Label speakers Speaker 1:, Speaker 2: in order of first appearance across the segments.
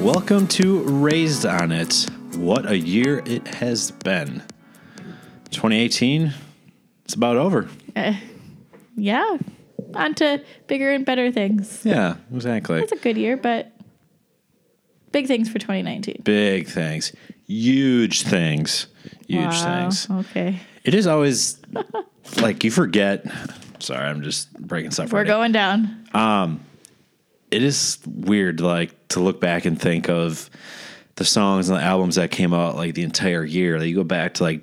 Speaker 1: Welcome to Raised on It. What a year it has been. 2018, it's about over.
Speaker 2: Yeah. On to bigger and better things.
Speaker 1: Yeah, exactly.
Speaker 2: It's a good year, but big things for 2019.
Speaker 1: Big things, huge things, huge
Speaker 2: Wow,
Speaker 1: things.
Speaker 2: Okay.
Speaker 1: It is always like you forget. Sorry, I'm just breaking stuff
Speaker 2: We're
Speaker 1: right now.
Speaker 2: going down.
Speaker 1: It is weird, like to look back and think of the songs and the albums that came out like the entire year. Like, you go back to like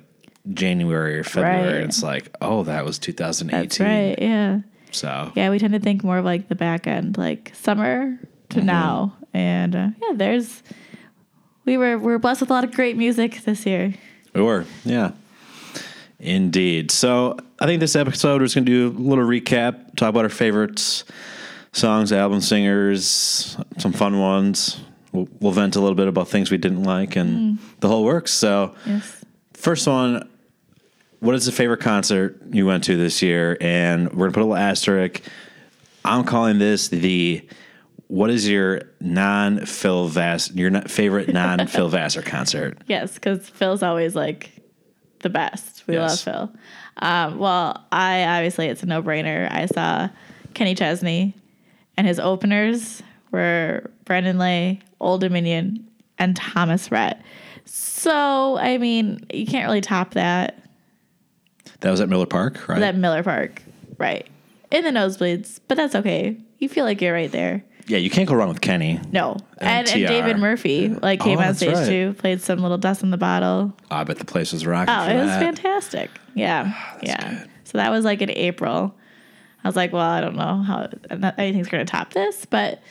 Speaker 1: January or February,
Speaker 2: Right.
Speaker 1: and it's like, oh, that was 2018.
Speaker 2: That's right. Yeah.
Speaker 1: So
Speaker 2: Yeah. We tend to think more of like the back end, like summer to
Speaker 1: Mm-hmm.
Speaker 2: now. And uh, yeah, there's, we were, we are blessed with a lot of great music this year.
Speaker 1: we were, yeah, indeed. So I think this episode we're just gonna do a little recap, talk about our favorites, songs, album singers, some fun ones. We'll, we'll vent a little bit about things we didn't like and the whole works. So
Speaker 2: Yes.
Speaker 1: first one, what is the favorite concert you went to this year? And we're gonna put a little asterisk. I'm calling this the. What is your non Phil Vass your not- favorite non Phil Vassar concert?
Speaker 2: Yes, because Phil's always like the best. We
Speaker 1: Yes.
Speaker 2: love Phil. Um, well, I obviously it's a no brainer. I saw Kenny Chesney, and his openers were Brendan Lay, Old Dominion, and Thomas Rhett. So I mean, you can't really top that.
Speaker 1: That was at Miller Park, right?
Speaker 2: That Miller Park, right? In the nosebleeds, but that's okay. You feel like you're right there.
Speaker 1: Yeah, you can't go wrong with Kenny.
Speaker 2: No, and, and
Speaker 1: TR.
Speaker 2: David Murphy like came
Speaker 1: Oh,
Speaker 2: on
Speaker 1: that's
Speaker 2: stage
Speaker 1: right.
Speaker 2: too, played some little dust in the bottle.
Speaker 1: Oh, I bet the place was rocking.
Speaker 2: Oh,
Speaker 1: for
Speaker 2: it was
Speaker 1: that. Ah,
Speaker 2: fantastic. Yeah. yeah.
Speaker 1: good.
Speaker 2: So that was like in April. I was like, well, I don't know how not anything's going to top this, but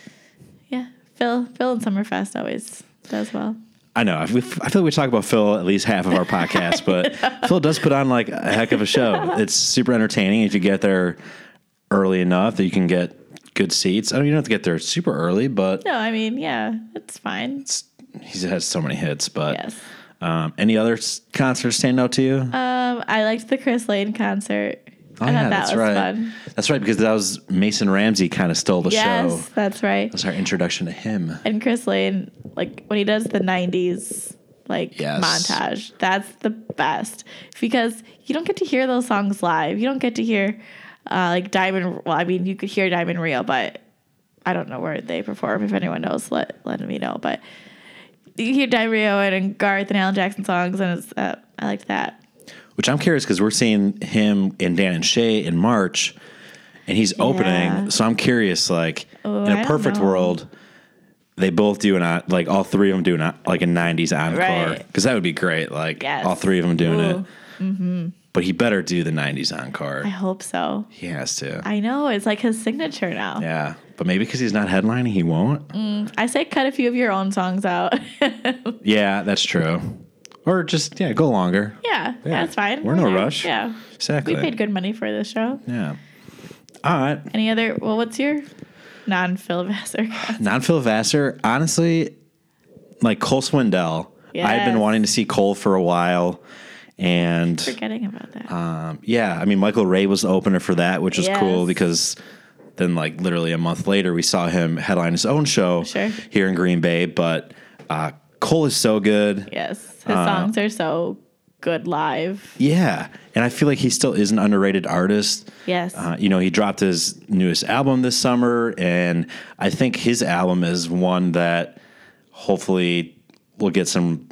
Speaker 2: yeah, Phil, Phil and Summerfest always does well.
Speaker 1: I know. I feel I feel like we talk about Phil at least half of our podcast, but Phil does put on like a heck of a show. It's super entertaining if you get there early enough that you can get good seats. I mean, you don't have to get there super early, but
Speaker 2: No, I mean, yeah, it's fine.
Speaker 1: it's, he has so many hits. But
Speaker 2: Yes.
Speaker 1: um, any other s- concerts stand out to you?
Speaker 2: Um, I liked the Chris Lane concert.
Speaker 1: oh,
Speaker 2: I thought
Speaker 1: yeah,
Speaker 2: that
Speaker 1: that's
Speaker 2: was
Speaker 1: right.
Speaker 2: fun.
Speaker 1: That's right because that was Mason Ramsey kind of stole the show.
Speaker 2: Yes,
Speaker 1: That
Speaker 2: that's right.
Speaker 1: was our introduction to him.
Speaker 2: And Chris Lane, like when he does the '90s like
Speaker 1: Yes.
Speaker 2: montage, that's the best because you don't get to hear those songs live. You don't get to hear uh, like Diamond. Well, I mean, you could hear Diamond Rio, but I don't know where they perform. If anyone knows, let let me know. But you hear Diamond Rio and, and Garth and Alan Jackson songs, and it's uh, I liked that.
Speaker 1: Which I'm curious because we're seeing him and Dan and Shay in March, and he's
Speaker 2: Yeah. Oh,
Speaker 1: opening. So I'm curious, like in
Speaker 2: I
Speaker 1: a
Speaker 2: don't
Speaker 1: perfect
Speaker 2: know.
Speaker 1: world, they both do an like all three of them do an like a '90s encore
Speaker 2: Right.
Speaker 1: because that would be great. Like
Speaker 2: Yes.
Speaker 1: all three of them doing it,
Speaker 2: Ooh. Mm-hmm.
Speaker 1: but he better do the '90s encore.
Speaker 2: I hope so.
Speaker 1: he has to.
Speaker 2: I know it's like his signature now.
Speaker 1: yeah, but maybe because he's not headlining, he won't.
Speaker 2: I say cut a few of your own songs out.
Speaker 1: Yeah, that's true. Or just yeah, go longer.
Speaker 2: Yeah, that's fine.
Speaker 1: We're in no
Speaker 2: Whatever.
Speaker 1: rush.
Speaker 2: Yeah.
Speaker 1: Exactly.
Speaker 2: We paid good money for this show.
Speaker 1: Yeah. All right.
Speaker 2: Any other? Well, what's your non Phil Vassar?
Speaker 1: Not Phil Vassar. Honestly, like Cole Swindell. I had been
Speaker 2: Yes.
Speaker 1: wanting to see Cole for a while. And
Speaker 2: Forgetting about that.
Speaker 1: um, yeah, I mean, Michael Ray was the opener for that, which was
Speaker 2: Yes.
Speaker 1: cool because then, like, literally a month later, we saw him headline his own show
Speaker 2: Sure.
Speaker 1: here in Green Bay. But uh, Cole is so good.
Speaker 2: yes. His
Speaker 1: uh,
Speaker 2: songs are so good live.
Speaker 1: Yeah. And I feel like he still is an underrated artist.
Speaker 2: Yes.
Speaker 1: Uh, you know, he dropped his newest album this summer, and I think his album is one that hopefully will get some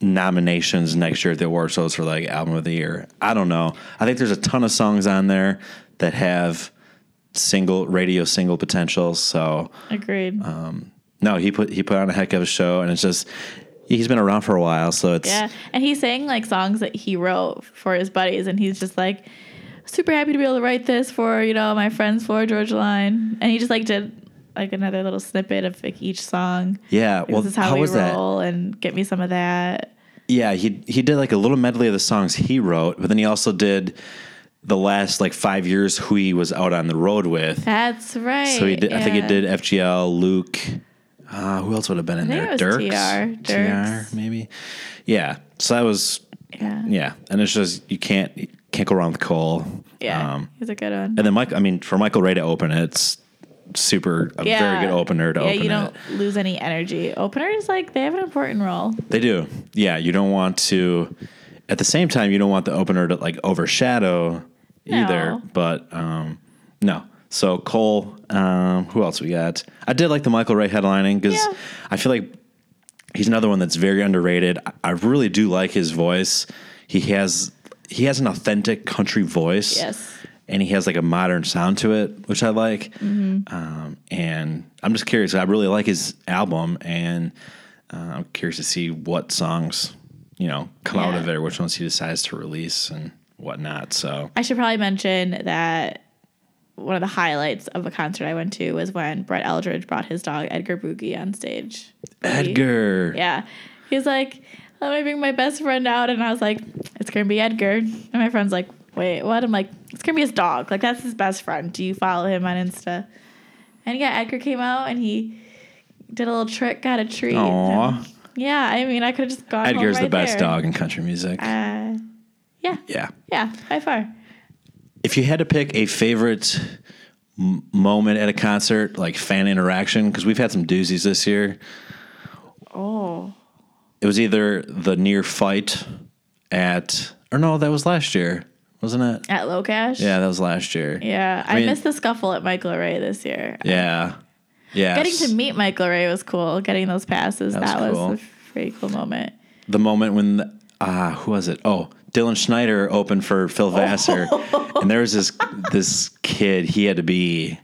Speaker 1: nominations next year at the award shows for like album of the year. I don't know. I think there's a ton of songs on there that have single radio single potential. So
Speaker 2: Agreed.
Speaker 1: uh, no, he put he put on a heck of a show, and it's just he's been around for a while, so it's
Speaker 2: yeah. And he sang like songs that he wrote for his buddies, and he's just like super happy to be able to write this for you know my friends for Georgia Line, and he just like did like another little snippet of like each song.
Speaker 1: yeah. Well,
Speaker 2: this is how,
Speaker 1: how
Speaker 2: we
Speaker 1: was that?
Speaker 2: roll, and get me some of that.
Speaker 1: Yeah, he he did like a little medley of the songs he wrote, but then he also did the last like five years who he was out on the road with.
Speaker 2: That's right.
Speaker 1: So he did, I think he
Speaker 2: yeah.
Speaker 1: did FGL, Luke. Uh, who else would have been in
Speaker 2: think
Speaker 1: there?
Speaker 2: it was TR, Dirks.
Speaker 1: TR, maybe. Yeah. So that was
Speaker 2: Yeah.
Speaker 1: yeah, and it's just you can't you can't go wrong with Cole. Um,
Speaker 2: Yeah, he's a good one.
Speaker 1: and then Mike. I mean, for Michael Ray to open, it, it's super a very good opener to
Speaker 2: yeah,
Speaker 1: open
Speaker 2: you
Speaker 1: it.
Speaker 2: don't lose any energy. Openers like they have an important role.
Speaker 1: They do. Yeah, you don't want to. At the same time, you don't want the opener to like overshadow either.
Speaker 2: No.
Speaker 1: But um, no. So Cole, um, who else we got? I did like the Michael Ray headlining because
Speaker 2: Yeah.
Speaker 1: I feel like he's another one that's very underrated. I- I really do like his voice. He has he has an authentic country voice.
Speaker 2: Yes.
Speaker 1: And he has like a modern sound to it, which I like.
Speaker 2: Mm-hmm.
Speaker 1: Um, and I'm just curious. I really like his album, and uh, I'm curious to see what songs you know come out
Speaker 2: Yeah.
Speaker 1: of it, or which ones he decides to release and whatnot. So
Speaker 2: I should probably mention that one of the highlights of a concert I went to was when Brett Eldridge brought his dog Edgar Boogie on stage.
Speaker 1: Edgar,
Speaker 2: Yeah. He was like, let me bring my best friend out. And I was like, it's going to be Edgar. And my friend's like, wait, what? I'm like, it's going to be his dog. Like, that's his best friend. Do you follow him on Insta? And yeah, Edgar came out and he did a little trick, got a treat.
Speaker 1: Aw.
Speaker 2: And- yeah, I mean, I could have just gone home
Speaker 1: Edgar's the
Speaker 2: right
Speaker 1: best
Speaker 2: there.
Speaker 1: dog in country music.
Speaker 2: Uh, yeah,
Speaker 1: yeah.
Speaker 2: yeah, by far.
Speaker 1: If you had to pick a favorite m- moment at a concert, like fan interaction, because we've had some doozies this year,
Speaker 2: Oh.
Speaker 1: it was either the near fight at, or no, that was last year, wasn't it?
Speaker 2: At Low Cash?
Speaker 1: Yeah, that was last year.
Speaker 2: Yeah, I,
Speaker 1: mean-
Speaker 2: missed the scuffle at Michael Ray this year.
Speaker 1: Yeah. Yes.
Speaker 2: Getting to meet Michael Ray was cool. Getting those passes, that
Speaker 1: was
Speaker 2: was,
Speaker 1: cool.
Speaker 2: a pretty cool moment.
Speaker 1: the moment when the, ah who was it? Oh, Dylan Schneider opened for
Speaker 2: Oh.
Speaker 1: Phil Vassar, and there was this this kid. He had to be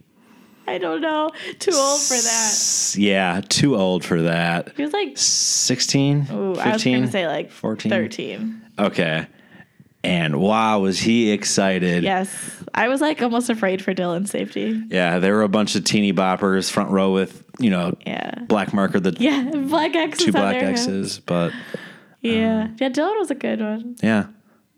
Speaker 2: I don't know. Too old for that.
Speaker 1: s- yeah too old for that.
Speaker 2: He was like,
Speaker 1: 16,
Speaker 2: ooh,
Speaker 1: 15?
Speaker 2: I was going to say like
Speaker 1: 14?
Speaker 2: 13.
Speaker 1: Okay. And wow, was he excited.
Speaker 2: Yes. I was like almost afraid for Dylan's safety.
Speaker 1: Yeah, there were a bunch of teeny boppers front row with, you know,
Speaker 2: Yeah.
Speaker 1: black marker, the
Speaker 2: Yeah, Black X
Speaker 1: two
Speaker 2: is on
Speaker 1: black
Speaker 2: there.
Speaker 1: X's. Uh-huh. But
Speaker 2: Yeah. yeah, Dylan was a good one.
Speaker 1: yeah.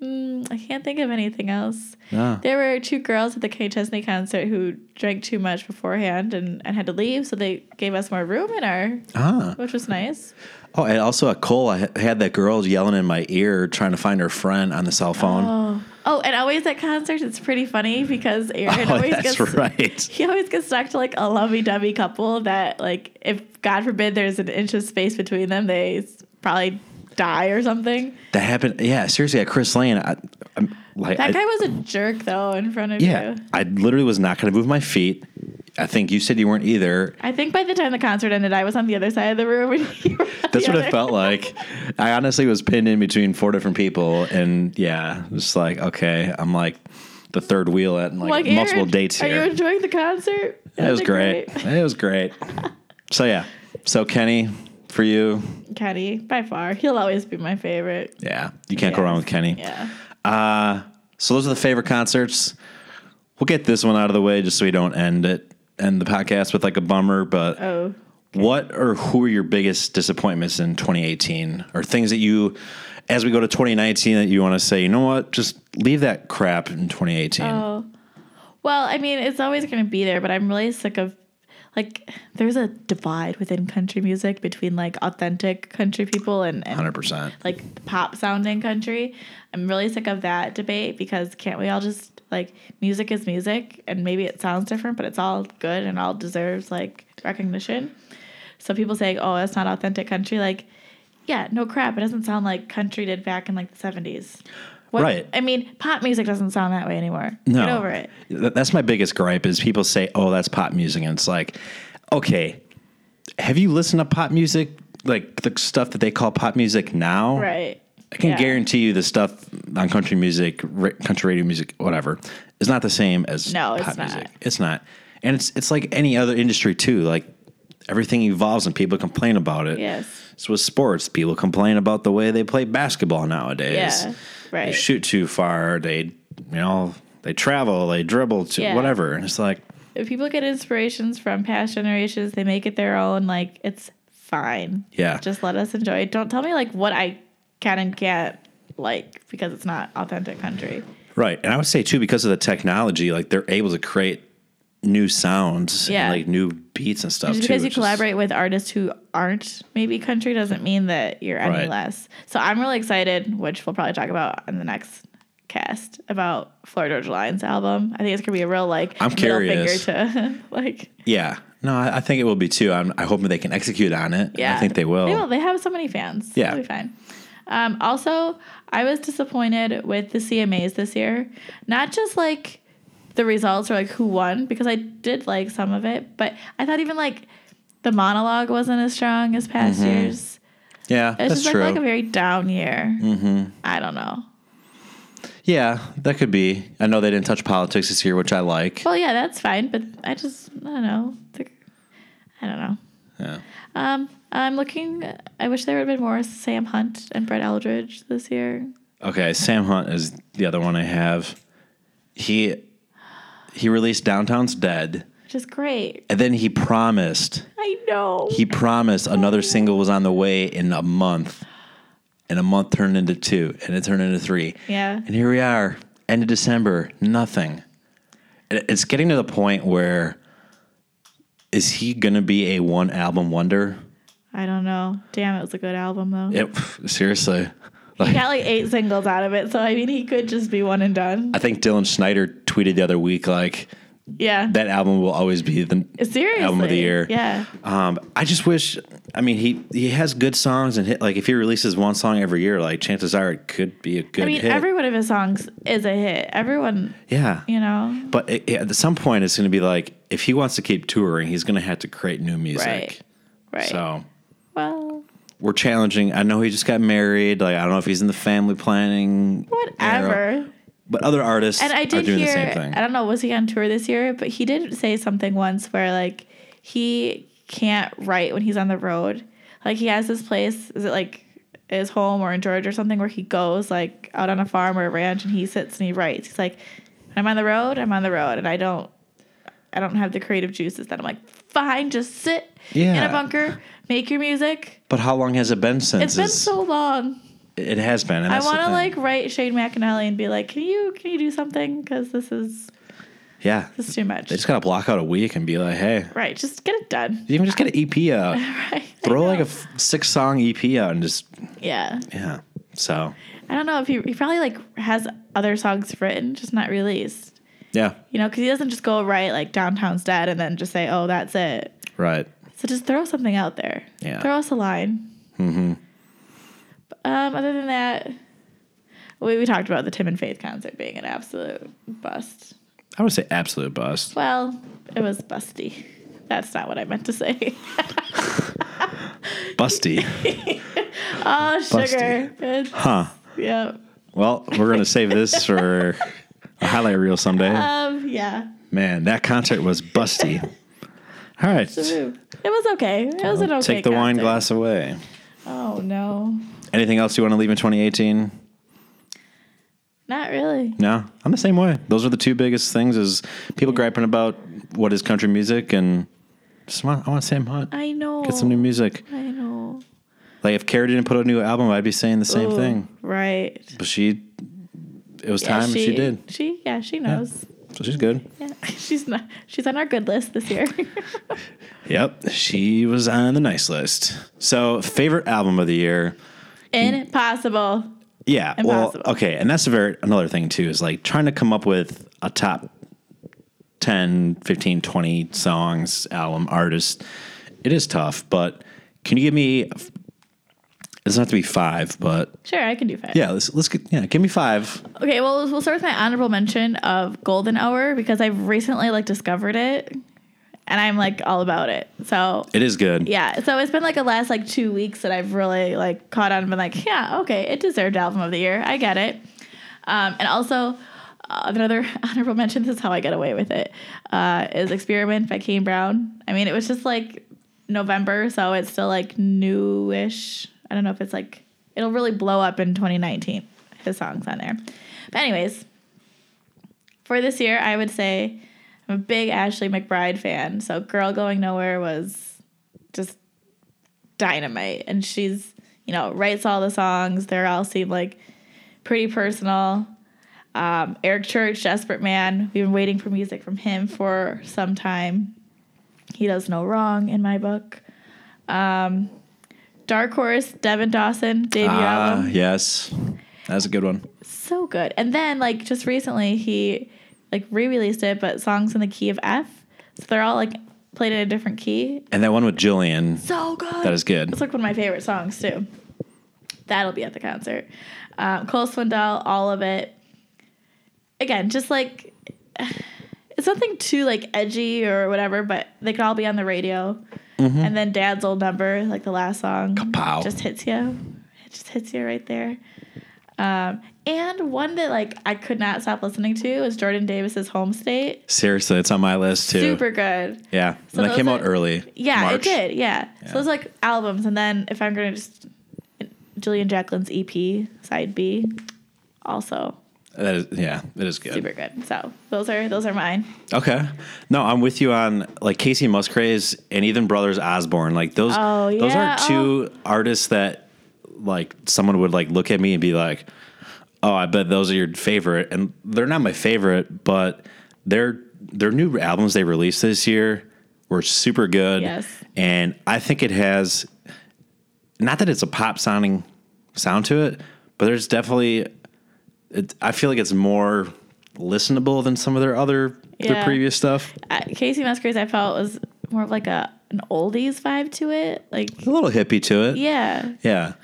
Speaker 2: I can't think of anything else.
Speaker 1: No.
Speaker 2: There were two girls at the Kenny Chesney concert who drank too much beforehand and, and had to leave, so they gave us more room in our,
Speaker 1: Ah.
Speaker 2: which was nice.
Speaker 1: Oh, and also at Cole, I ha- had that girl yelling in my ear trying to find her friend on the cell phone.
Speaker 2: Oh, oh, and always at concerts, it's pretty funny because Aaron
Speaker 1: Oh,
Speaker 2: always
Speaker 1: that's
Speaker 2: gets
Speaker 1: right.
Speaker 2: he always gets stuck to like a lovey-dovey couple that like if God forbid there's an inch of space between them, they s- probably die or something.
Speaker 1: That happened. Yeah, seriously, at Chris Lane, I, I'm like,
Speaker 2: That
Speaker 1: I,
Speaker 2: guy was a jerk though in front of
Speaker 1: yeah,
Speaker 2: you.
Speaker 1: I literally was not going to move my feet. I think you said you weren't either.
Speaker 2: I think by the time the concert ended, I was on the other side of the room. And you were on
Speaker 1: That's
Speaker 2: the
Speaker 1: what
Speaker 2: other.
Speaker 1: it felt like. I honestly was pinned in between four different people, and yeah, just like okay, I'm like the third wheel at like,
Speaker 2: Like,
Speaker 1: multiple
Speaker 2: Aaron,
Speaker 1: dates
Speaker 2: Are you
Speaker 1: here.
Speaker 2: enjoying the concert?
Speaker 1: It was
Speaker 2: Isn't
Speaker 1: great. It was great. so yeah, so Kenny, for you,
Speaker 2: Kenny, by far, he'll always be my favorite.
Speaker 1: yeah, you can't go
Speaker 2: Yes.
Speaker 1: wrong with Kenny.
Speaker 2: Yeah.
Speaker 1: Uh, so those are the favorite concerts. We'll get this one out of the way just so we don't end it end the podcast with like a bummer. But
Speaker 2: Oh.
Speaker 1: what or who are your biggest disappointments in 2018, or things that you, as we go to 2019, that you want to say, you know what, just leave that crap in 2018.
Speaker 2: Oh. Well, I mean, it's always going to be there, but I'm really sick of like there's a divide within country music between like authentic country people and, and
Speaker 1: 100%.
Speaker 2: like pop sounding country. I'm really sick of that debate because can't we all just like music is music and maybe it sounds different, but it's all good and all deserves like recognition. So people saying, "Oh, that's not authentic country." Like, yeah, no crap. It doesn't sound like country did back in like the '70s. What,
Speaker 1: Right.
Speaker 2: I mean, pop music doesn't sound that way anymore.
Speaker 1: No.
Speaker 2: Get over it.
Speaker 1: Th- That's my biggest gripe is people say, "Oh, that's pop music," and it's like, okay, have you listened to pop music? Like the stuff that they call pop music now,
Speaker 2: Right.
Speaker 1: I can
Speaker 2: Yeah.
Speaker 1: guarantee you the stuff on country music, ra- country radio music, whatever, is not the same as
Speaker 2: No, it's not.
Speaker 1: It's not, and it's it's like any other industry too. Like everything evolves and people complain about it.
Speaker 2: Yes.
Speaker 1: So with sports, people complain about the way they play basketball nowadays.
Speaker 2: Yeah.
Speaker 1: They
Speaker 2: Right.
Speaker 1: shoot too far. They you know they travel. They dribble to
Speaker 2: Yeah.
Speaker 1: whatever. And it's like
Speaker 2: If people get inspirations from past generations, they make it their own. Like it's fine.
Speaker 1: Yeah.
Speaker 2: Just let us enjoy. it. Don't tell me like what I can and can't like because it's not authentic country.
Speaker 1: Right. And I would say too, because of the technology, like they're able to create new sounds
Speaker 2: Yeah.
Speaker 1: and like new beats and stuff
Speaker 2: Just
Speaker 1: too.
Speaker 2: because you
Speaker 1: which is-
Speaker 2: collaborate with artists who aren't maybe country doesn't mean that you're any
Speaker 1: Right.
Speaker 2: less. So I'm really excited, which we'll probably talk about in the next cast about Florida Georgia Line's album. I think it's gonna be a real like
Speaker 1: I'm
Speaker 2: middle
Speaker 1: curious.
Speaker 2: finger to like
Speaker 1: Yeah. No, I, I think it will be too. I'm, I hope that they can execute on it.
Speaker 2: yeah.
Speaker 1: I think they will.
Speaker 2: They will. They have so many fans.
Speaker 1: Yeah.
Speaker 2: it'll be fine. Um, also, I was disappointed with the CMAs this year. Not just like the results or like who won because I did like some of it, but I thought even like the monologue wasn't as strong as past years.
Speaker 1: Yeah,
Speaker 2: It's
Speaker 1: Mm-hmm. that's
Speaker 2: just like,
Speaker 1: true.
Speaker 2: like a very down year. Mm-hmm. I don't know.
Speaker 1: yeah, that could be. I know they didn't touch politics this year, which I like.
Speaker 2: Well, yeah, that's fine, but I just I don't know. Like, I don't know.
Speaker 1: yeah.
Speaker 2: Um, I'm looking. I wish there would have been more Sam Hunt and Brett Eldridge this year.
Speaker 1: Okay, Sam Hunt is the other one I have. He he released Downtown's Dead,
Speaker 2: which is great.
Speaker 1: and then he promised
Speaker 2: I know.
Speaker 1: he promised another single was on the way in a month, and a month turned into two, and it turned into three.
Speaker 2: yeah.
Speaker 1: And here we are, end of December, nothing. It- It's getting to the point where is he gonna be a one album wonder?
Speaker 2: I don't know. Damn, it was a good album though.
Speaker 1: It, seriously,
Speaker 2: He
Speaker 1: like
Speaker 2: got like eight singles out of it, so I mean, he could just be one and done.
Speaker 1: I think Dylan Schneider tweeted the other week like
Speaker 2: Yeah.
Speaker 1: that album will always be the
Speaker 2: Seriously.
Speaker 1: album of the year.
Speaker 2: Yeah.
Speaker 1: Um, I just wish. I mean, he he has good songs and hit. Like if he releases one song every year, like chances are it could be a good
Speaker 2: I mean,
Speaker 1: hit.
Speaker 2: every one of his songs is a hit. Everyone,
Speaker 1: yeah.
Speaker 2: you know.
Speaker 1: But it, it- at some point, it's going to be like if he wants to keep touring, he's going to have to create new music.
Speaker 2: Right. Right.
Speaker 1: So
Speaker 2: Well,
Speaker 1: we're challenging. I know he just got married. Like I don't know if he's in the family planning.
Speaker 2: whatever.
Speaker 1: era. But other artists
Speaker 2: And I
Speaker 1: are
Speaker 2: did
Speaker 1: doing
Speaker 2: hear,
Speaker 1: the same thing.
Speaker 2: I don't know, was he on tour this year? But he did say something once where like he can't write when he's on the road. Like he has this place, is it like his home or in Georgia or something where he goes like out on a farm or a ranch and he sits and he writes. He's like, when I'm on the road, I'm on the road and I don't I don't have the creative juices that I'm like, fine, just sit in
Speaker 1: Yeah.
Speaker 2: a bunker, make your music.
Speaker 1: But how long has it been since?
Speaker 2: It's been
Speaker 1: is-
Speaker 2: so long.
Speaker 1: It has been. And
Speaker 2: I
Speaker 1: that's the
Speaker 2: want to
Speaker 1: thing.
Speaker 2: like write Shane McAnally and be like, can you can you do something? Because this is
Speaker 1: Yeah.
Speaker 2: this is too much.
Speaker 1: They just got to block out a week and be like, hey,
Speaker 2: Right, just get it done.
Speaker 1: even just get an EP out.
Speaker 2: Right.
Speaker 1: throw like a f- six song EP out and just
Speaker 2: Yeah.
Speaker 1: yeah. So
Speaker 2: I don't know if he, he probably like has other songs written, just not released.
Speaker 1: yeah,
Speaker 2: You know, because he doesn't just go write like Downtown's Dead and then just say, oh, that's it.
Speaker 1: right.
Speaker 2: So just throw something out there.
Speaker 1: Yeah.
Speaker 2: Throw us a line. Mm-hmm. Um, other than that, we, we talked about the Tim and Faith concert being an absolute bust.
Speaker 1: I would say absolute bust.
Speaker 2: Well, it was busty. That's not what I meant to say.
Speaker 1: Busty,
Speaker 2: oh,
Speaker 1: Busty.
Speaker 2: sugar. It's,
Speaker 1: huh?
Speaker 2: yeah.
Speaker 1: Well, we're gonna save this for a highlight reel someday.
Speaker 2: Um, yeah.
Speaker 1: Man, that concert was busty. All right,
Speaker 2: It was okay. It was an okay.
Speaker 1: take the wine
Speaker 2: concert.
Speaker 1: glass away.
Speaker 2: Oh no,
Speaker 1: Anything else you want to leave in 2018?
Speaker 2: not really.
Speaker 1: No, I'm the same way. Those are the two biggest things: is people griping about what is country music, and just want I want Sam Hunt
Speaker 2: I know.
Speaker 1: get some new music.
Speaker 2: I know.
Speaker 1: Like if Carrie didn't put out a new album, I'd be saying the same
Speaker 2: Ooh,
Speaker 1: thing.
Speaker 2: Right.
Speaker 1: But she, it was
Speaker 2: Yeah,
Speaker 1: time, and she did.
Speaker 2: She yeah. She knows.
Speaker 1: So she's good.
Speaker 2: Yeah. She's not. She's on our good list this year.
Speaker 1: Yep, she was on the nice list. So favorite album of the year.
Speaker 2: Impossible.
Speaker 1: Yeah.
Speaker 2: Impossible.
Speaker 1: Well, okay, and that's a very another thing too is like trying to come up with a top 10, 15, 20 songs, album, artist. It is tough, but can you give me? It doesn't have to be five, but
Speaker 2: Sure, I can do five.
Speaker 1: yeah, let's let's get yeah, give me five.
Speaker 2: Okay. Well, we'll start with my honorable mention of Golden Hour because I've recently like discovered it, and I'm like all about it. So
Speaker 1: It is good.
Speaker 2: Yeah, so it's been like the last like two weeks that I've really like caught on and been like, yeah, okay, it deserved album of the year. I get it. Um, and also, uh, another honorable mention. This is how I get away with it. Uh, is "Experiment" by Kane Brown. I mean, it was just like November, so it's still like newish. I don't know if it's like it'll really blow up in 2019. His songs on there. But anyways, for this year, I would say I'm a big Ashley McBride fan. So "Girl Going Nowhere" was just dynamite and she's you know writes all the songs they're all seem like pretty personal um, eric church desperate man we've been waiting for music from him for some time he does no wrong in my book um, dark horse devin dawson debut
Speaker 1: Ah,
Speaker 2: album
Speaker 1: yes. That's a good one.
Speaker 2: so good. And then like just recently he like re-released it, but songs in the key of F. So they're all like played in a different key.
Speaker 1: And that one with Jillian,
Speaker 2: So good.
Speaker 1: that is good.
Speaker 2: It's like one of my favorite songs too. That'll be at the concert. Um, Cole Swindell, all of it. Again, just like it's nothing too like edgy or whatever, but they could all be on the radio. And then Dad's old number, like the last song,
Speaker 1: Kapow.
Speaker 2: just hits you. It just hits you right there. Um, and one that like I could not stop listening to was Jordan Davis's Home State.
Speaker 1: Seriously, it's on my list too.
Speaker 2: Super good.
Speaker 1: Yeah.
Speaker 2: So
Speaker 1: and that
Speaker 2: those
Speaker 1: came out
Speaker 2: are-
Speaker 1: early.
Speaker 2: Yeah,
Speaker 1: March.
Speaker 2: it did. Yeah. So those like albums, and then if I'm gonna just Julian Jacqueline's EP side B, also
Speaker 1: That is, yeah, it is good.
Speaker 2: super good. So those are those are mine.
Speaker 1: Okay. No, I'm with you on like Casey Musgraves and even Brothers Osborne. Like those
Speaker 2: Oh,
Speaker 1: those
Speaker 2: yeah. Oh.
Speaker 1: are two artists that like someone would like look at me and be like, "Oh, I bet those are your favorite." And they're not my favorite, but their their new albums they released this year were super good.
Speaker 2: Yes.
Speaker 1: And I think it has not that it's a pop sounding sound to it, but there's definitely it, I feel like it's more listenable than some of their other their
Speaker 2: Yeah.
Speaker 1: previous stuff.
Speaker 2: Uh, Casey Musgraves, I felt was more of like a an oldies vibe to it. Like
Speaker 1: A little hippie to it.
Speaker 2: yeah,
Speaker 1: Yeah.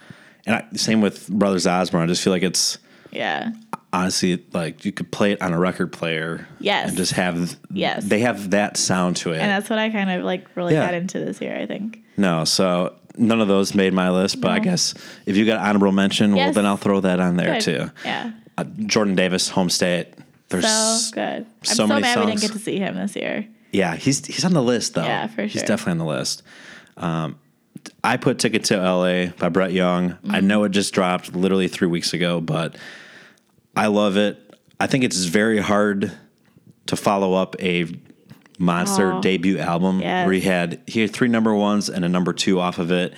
Speaker 1: And I, same with Brothers Osborne. I just feel like it's
Speaker 2: yeah,
Speaker 1: honestly like you could play it on a record player.
Speaker 2: Yes.
Speaker 1: And just have
Speaker 2: Yes.
Speaker 1: They have that sound to it.
Speaker 2: and that's what I kind of like really
Speaker 1: Yeah.
Speaker 2: got into this year. I think.
Speaker 1: no, so none of those made my list, but I
Speaker 2: No.
Speaker 1: guess if you got honorable mention, well
Speaker 2: Yes.
Speaker 1: then I'll throw that on there
Speaker 2: Good.
Speaker 1: too.
Speaker 2: Yeah.
Speaker 1: Uh, Jordan Davis, home state. There's
Speaker 2: So good. I'm
Speaker 1: so
Speaker 2: so,
Speaker 1: many
Speaker 2: mad we
Speaker 1: songs.
Speaker 2: didn't get to see him this year.
Speaker 1: Yeah, he's he's on the list though.
Speaker 2: Yeah, for
Speaker 1: He's
Speaker 2: sure.
Speaker 1: definitely on the list. Um, I put Ticket to LA by Brett Young.
Speaker 2: Mm-hmm.
Speaker 1: I know it just dropped literally three weeks ago, but I love it. I think it's very hard to follow up a monster
Speaker 2: Aw.
Speaker 1: debut album
Speaker 2: Yes.
Speaker 1: where he had he had three number ones and a number two off of it,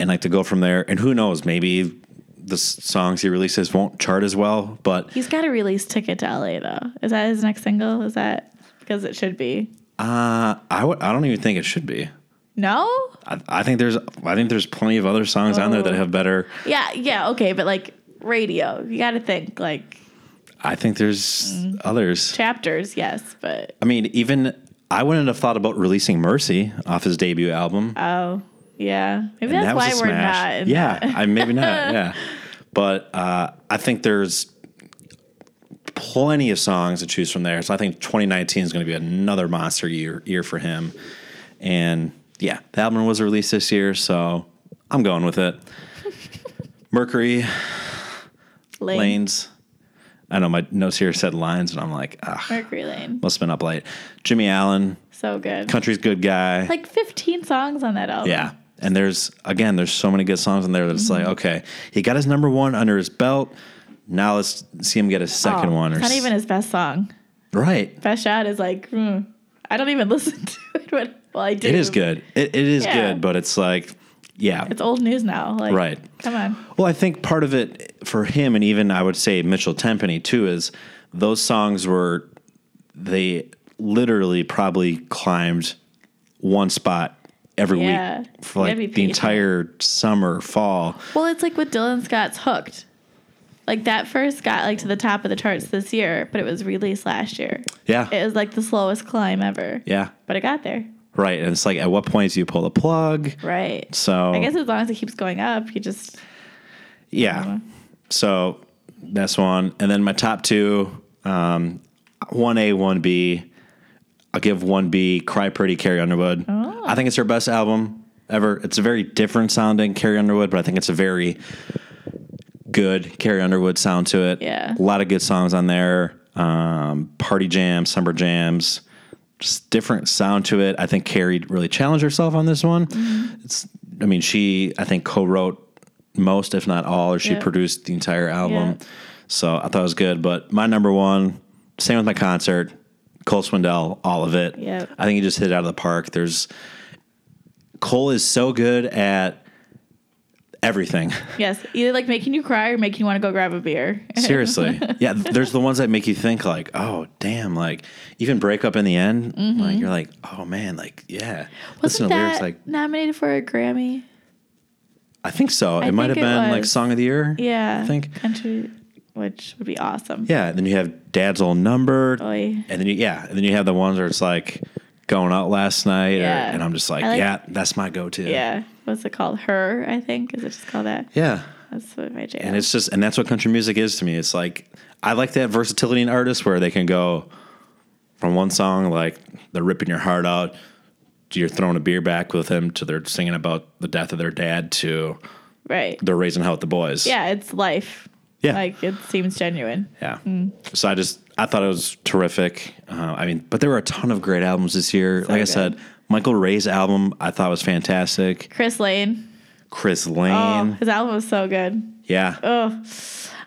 Speaker 1: and like to go from there. And who knows, maybe the s- songs he releases won't chart as well, but
Speaker 2: He's got to release Ticket to LA though. Is that his next single? Is that because it should be?
Speaker 1: uh, I w- I don't even think it should be.
Speaker 2: No.
Speaker 1: I, I think there's I think there's plenty of other songs on there that
Speaker 2: Oh.
Speaker 1: have better.
Speaker 2: Yeah, yeah, okay, but like radio, you got to think like
Speaker 1: I think there's
Speaker 2: Mm-hmm.
Speaker 1: others.
Speaker 2: chapters, yes, but
Speaker 1: I mean, even I wouldn't have thought about releasing Mercy off his debut album.
Speaker 2: oh, yeah, maybe
Speaker 1: And
Speaker 2: that's
Speaker 1: was
Speaker 2: why
Speaker 1: a
Speaker 2: we're
Speaker 1: smash.
Speaker 2: not. in
Speaker 1: yeah,
Speaker 2: that.
Speaker 1: I maybe not. Yeah, but uh, I think there's plenty of songs to choose from there. So I think 2019 is going to be another monster year year for him. And yeah, the album was released this year, so I'm going with it. Mercury,
Speaker 2: Lane,
Speaker 1: lanes. I know my notes here said lines, and I'm like, ah,
Speaker 2: Mercury Lane,
Speaker 1: must have been up late. Jimmy Allen,
Speaker 2: so good.
Speaker 1: country's good guy.
Speaker 2: Like 15 songs on that album.
Speaker 1: yeah. And there's again, there's so many good songs in there that it's
Speaker 2: Mm-hmm.
Speaker 1: like, okay, he got his number one under his belt. Now let's see him get his
Speaker 2: Oh,
Speaker 1: second one. Or
Speaker 2: it's not
Speaker 1: s-
Speaker 2: even his best song.
Speaker 1: right.
Speaker 2: Best shot is like, hmm, I don't even listen to it. But, well, I do.
Speaker 1: It is good. It, it is
Speaker 2: Yeah.
Speaker 1: good, but it's like, yeah,
Speaker 2: It's old news now. Like,
Speaker 1: right.
Speaker 2: Come on.
Speaker 1: Well, I think part of it for him, and even I would say Mitchell Tempany too, is those songs were they literally probably climbed one spot every
Speaker 2: Yeah.
Speaker 1: week for
Speaker 2: You gotta be
Speaker 1: like the
Speaker 2: patient.
Speaker 1: entire summer, fall.
Speaker 2: Well, it's like with Dylan Scott's Hooked. Like that first got like to the top of the charts this year, but it was released last year.
Speaker 1: Yeah.
Speaker 2: It was like the slowest climb ever.
Speaker 1: yeah.
Speaker 2: But it got there.
Speaker 1: Right. And it's like at what point do you pull the plug?
Speaker 2: Right.
Speaker 1: So
Speaker 2: I guess as long as it keeps going up, you just
Speaker 1: Yeah. So that's one. And then my top two, um, 1A, 1B. I'll give 1B Cry Pretty, Carrie Underwood. I think it's her best album ever. It's a very different sounding Carrie Underwood, but I think it's a very good Carrie Underwood sound to it.
Speaker 2: Yeah.
Speaker 1: A lot of good songs on there. Um, Party Jams, Summer Jams. Just different sound to it. I think Carrie really challenged herself on this one.
Speaker 2: Mm-hmm.
Speaker 1: It's, I mean, she I think co-wrote most, if not all, or she
Speaker 2: Yeah.
Speaker 1: produced the entire album.
Speaker 2: Yeah.
Speaker 1: So I thought it was good. But my number one, same with my concert, Cole Swindell, all of it.
Speaker 2: Yeah.
Speaker 1: I think he just hit it out of the park. There's Cole is so good at everything.
Speaker 2: yes, either like making you cry or making you want to go grab a beer.
Speaker 1: Seriously. yeah, there's the ones that make you think like, oh damn, like even break up in the end, like you're like, oh man, like yeah.
Speaker 2: Mm-hmm. Wasn't
Speaker 1: the
Speaker 2: that nominated for a Grammy?
Speaker 1: I think so.
Speaker 2: I
Speaker 1: it might have
Speaker 2: think it
Speaker 1: been like
Speaker 2: was.
Speaker 1: song of the year.
Speaker 2: Yeah.
Speaker 1: I think.
Speaker 2: Country, which would be awesome.
Speaker 1: Yeah. Then you have Dad's old number,
Speaker 2: Oy.
Speaker 1: and then you yeah, and then you have the ones where it's like going out last night, or-
Speaker 2: Yeah.
Speaker 1: and I'm just like,
Speaker 2: I like-
Speaker 1: yeah, that's my go-to.
Speaker 2: Yeah. What's it called? Her, I think. Is it just called that?
Speaker 1: Yeah.
Speaker 2: That's what my jam.
Speaker 1: And it's just, and that's what country music is to me. It's like, I like that versatility in artists where they can go from one song, like they're ripping your heart out, to you're throwing a beer back with them, to they're singing about the death of their dad, to
Speaker 2: right.
Speaker 1: they're raising hell with the boys.
Speaker 2: Yeah, it's life.
Speaker 1: Yeah.
Speaker 2: Like it seems genuine.
Speaker 1: Yeah.
Speaker 2: Mm.
Speaker 1: So I just, I thought it was terrific. Uh, I mean, but there were a ton of great albums this year. like I
Speaker 2: good.
Speaker 1: said, Michael Ray's album I thought was fantastic.
Speaker 2: Chris Lane.
Speaker 1: Chris
Speaker 2: Oh,
Speaker 1: Lane.
Speaker 2: his album was so good.
Speaker 1: Yeah.
Speaker 2: Oh.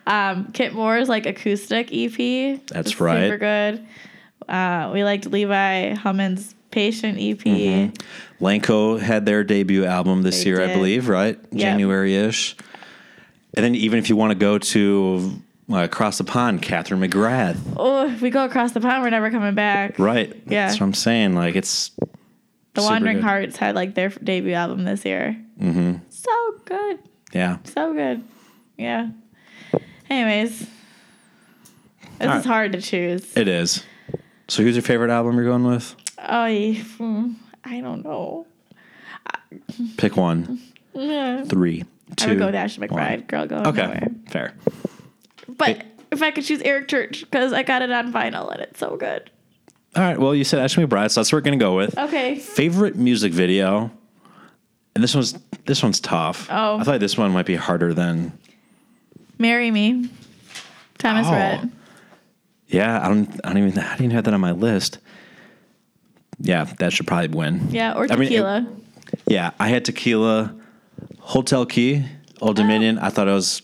Speaker 2: Um, Kit Moore's like acoustic EP.
Speaker 1: That's
Speaker 2: It's
Speaker 1: right.
Speaker 2: Super good. Uh, we liked Levi Hummond's Patient E EP.
Speaker 1: Mm-hmm. Lanco had their debut album this
Speaker 2: They
Speaker 1: year, I
Speaker 2: did.
Speaker 1: believe, right?
Speaker 2: Yeah.
Speaker 1: January ish. And then, even if you want to go to uh, across the pond, Catherine McGrath,
Speaker 2: Oh, if we go across the pond, we're never coming back.
Speaker 1: right?
Speaker 2: Yeah.
Speaker 1: That's what I'm saying. Like, it's
Speaker 2: The
Speaker 1: super
Speaker 2: Wandering
Speaker 1: good.
Speaker 2: Hearts had like their debut album this year. Mm-hmm. So good.
Speaker 1: yeah.
Speaker 2: So good. Yeah. Anyways, this
Speaker 1: right.
Speaker 2: is hard to choose.
Speaker 1: It is. So, who's your favorite album you're going with?
Speaker 2: Oh, I don't know.
Speaker 1: Pick one,
Speaker 2: Yeah.
Speaker 1: three, two.
Speaker 2: I would go with Ashley McBride.
Speaker 1: one.
Speaker 2: Girl, go
Speaker 1: Okay,
Speaker 2: nowhere.
Speaker 1: fair.
Speaker 2: But if I could choose Eric Church, because I got it on vinyl and it's so good.
Speaker 1: All right. Well, you said Ashley McBride, so that's what we're gonna go with.
Speaker 2: Okay.
Speaker 1: Favorite music video, and this one's this one's tough.
Speaker 2: Oh.
Speaker 1: I thought this one might be harder than
Speaker 2: Marry Me. Thomas
Speaker 1: Oh.
Speaker 2: Rhett.
Speaker 1: Yeah, I don't. I don't even. I didn't have that on my list. Yeah, that should probably win.
Speaker 2: Yeah, or
Speaker 1: I mean, it-
Speaker 2: Tequila.
Speaker 1: Yeah, I had tequila, Hotel Key, Old Dominion. I thought it was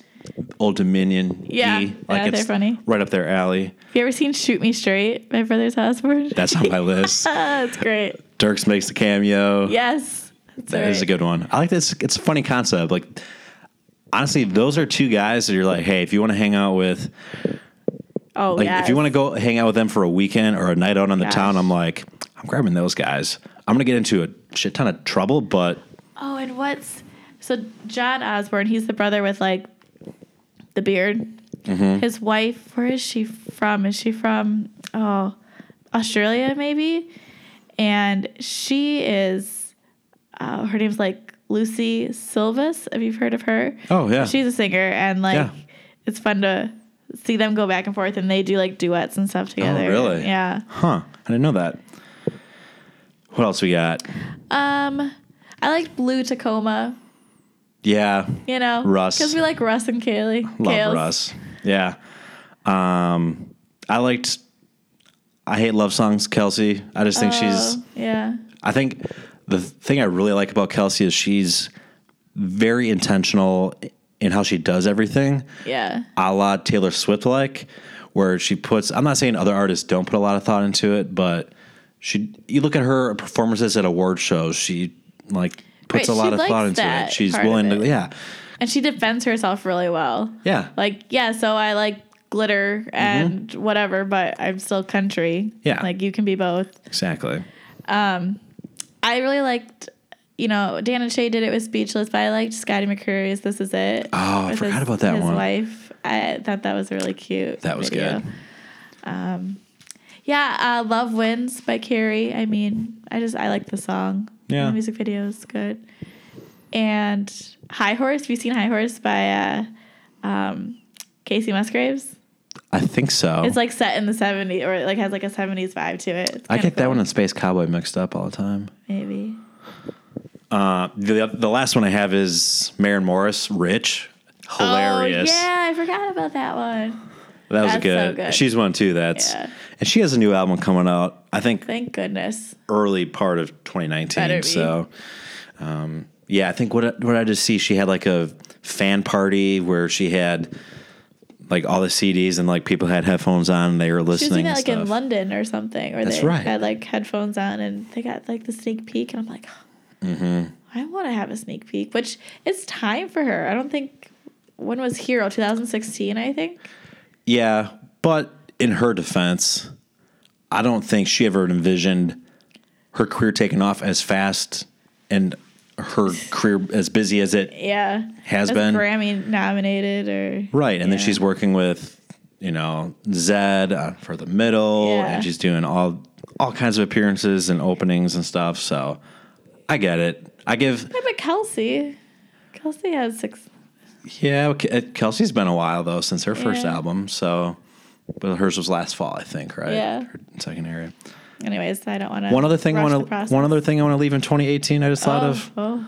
Speaker 1: Old Dominion.
Speaker 2: Oh. Yeah,
Speaker 1: E,
Speaker 2: yeah, they're funny.
Speaker 1: Right up their alley.
Speaker 2: Have you ever seen Shoot Me Straight, my brother's husband?
Speaker 1: That's on my list.
Speaker 2: Ah, that's great.
Speaker 1: Dirks makes the cameo.
Speaker 2: Yes. That's
Speaker 1: that is a good one. I like this. It's a funny concept. Like, honestly, those are two guys that you're like, hey, if you want to hang out with,
Speaker 2: Oh,
Speaker 1: Like
Speaker 2: yes.
Speaker 1: if you want to go hang out with them for a weekend or a night out on the
Speaker 2: Gosh.
Speaker 1: town, I'm like, I'm grabbing those guys. I'm gonna get into a shit ton of trouble, but
Speaker 2: Oh, and what's so John Osborne? He's the brother with like the beard.
Speaker 1: Mm-hmm.
Speaker 2: His wife, where is she from? Is she from oh Australia maybe? And she is uh, her name's like Lucy Silvis. Have you heard of her?
Speaker 1: Oh, yeah.
Speaker 2: she's a singer, and like
Speaker 1: Yeah.
Speaker 2: it's fun to see them go back and forth, and they do like duets and stuff together.
Speaker 1: Oh, really?
Speaker 2: Yeah.
Speaker 1: huh? I didn't know that. What else we got?
Speaker 2: Um, I like Blue Tacoma.
Speaker 1: Yeah,
Speaker 2: You know,
Speaker 1: Russ.
Speaker 2: because we like Russ and Kaylee.
Speaker 1: love
Speaker 2: Kales.
Speaker 1: Russ. Yeah, um, I liked. I hate love songs, Kelsey. I just think she's.
Speaker 2: Oh, yeah.
Speaker 1: I think the thing I really like about Kelsey is she's very intentional in how she does everything.
Speaker 2: Yeah.
Speaker 1: a la Taylor Swift like, where she puts. I'm not saying other artists don't put a lot of thought into it, but she. You look at her performances at award shows. She like puts
Speaker 2: Right,
Speaker 1: a lot
Speaker 2: she
Speaker 1: of thought
Speaker 2: likes
Speaker 1: into it.
Speaker 2: that
Speaker 1: She's
Speaker 2: part of
Speaker 1: willing
Speaker 2: it.
Speaker 1: to. Yeah,
Speaker 2: And she defends herself really well.
Speaker 1: yeah, Mm-hmm.
Speaker 2: Like, yeah, so I like glitter and whatever, but I'm still country.
Speaker 1: Yeah.
Speaker 2: Like, you can be both.
Speaker 1: exactly.
Speaker 2: I really liked, you know, Dan and Shay did it with Speechless, but I liked Scotty McCurry's This Is It.
Speaker 1: Oh, I
Speaker 2: with
Speaker 1: forgot
Speaker 2: his-
Speaker 1: about that
Speaker 2: his
Speaker 1: one.
Speaker 2: wife. I thought that was really cute.
Speaker 1: That was
Speaker 2: video. Um,
Speaker 1: good.
Speaker 2: Yeah, uh, Love Wins by Carrie. I mean, I just, I like the song.
Speaker 1: Yeah.
Speaker 2: The music video is good. And High Horse. Have you seen High Horse by uh, um, Casey Musgraves?
Speaker 1: I think so.
Speaker 2: It's like set in the 70s or it like has like a 70s vibe to it. It's
Speaker 1: Oh. I
Speaker 2: kinda
Speaker 1: get that
Speaker 2: cool.
Speaker 1: one and Space Cowboy mixed up all the time.
Speaker 2: Maybe.
Speaker 1: Uh, the the last one I have is Maren Morris, Rich. Hilarious.
Speaker 2: Oh, yeah, I forgot about that one.
Speaker 1: That was
Speaker 2: That's
Speaker 1: good.
Speaker 2: so good.
Speaker 1: She's one too. That's
Speaker 2: Yeah.
Speaker 1: and she has a new album coming out. I think
Speaker 2: Thank goodness.
Speaker 1: early part of 2019.
Speaker 2: Better be.
Speaker 1: So, um, yeah, I think what I- what I just see, she had like a fan party where she had like all the CDs and like people had headphones on and they were
Speaker 2: She was
Speaker 1: listening
Speaker 2: doing that
Speaker 1: and
Speaker 2: like
Speaker 1: stuff.
Speaker 2: in London or something, or
Speaker 1: That's
Speaker 2: they
Speaker 1: right.
Speaker 2: had like headphones on and they got like the sneak peek, and I'm like,
Speaker 1: Mm-hmm.
Speaker 2: I want to have a sneak peek, which it's time for her. I don't think when was Hero 2016, I think.
Speaker 1: yeah, but in her defense, I don't think she ever envisioned her career taking off as fast and her career as busy as it
Speaker 2: Yeah.
Speaker 1: Has
Speaker 2: That's
Speaker 1: been.
Speaker 2: Grammy nominated or
Speaker 1: Right. And then
Speaker 2: Yeah.
Speaker 1: she's working with, you know, Zed uh, for the middle,
Speaker 2: Yeah.
Speaker 1: and she's doing all all kinds of appearances and openings and stuff. So I get it. I give,
Speaker 2: Yeah, but Kelsey. Kelsey has six
Speaker 1: yeah, Ke- Kelsey's been a while though since her first
Speaker 2: Yeah.
Speaker 1: album. So, but hers was last fall, I think, right?
Speaker 2: Yeah.
Speaker 1: Her second area.
Speaker 2: anyways, I don't wanna
Speaker 1: One other thing I
Speaker 2: rush the
Speaker 1: want
Speaker 2: process.
Speaker 1: to, one other thing I want to leave in 2018. I just thought
Speaker 2: oh,
Speaker 1: of.
Speaker 2: oh.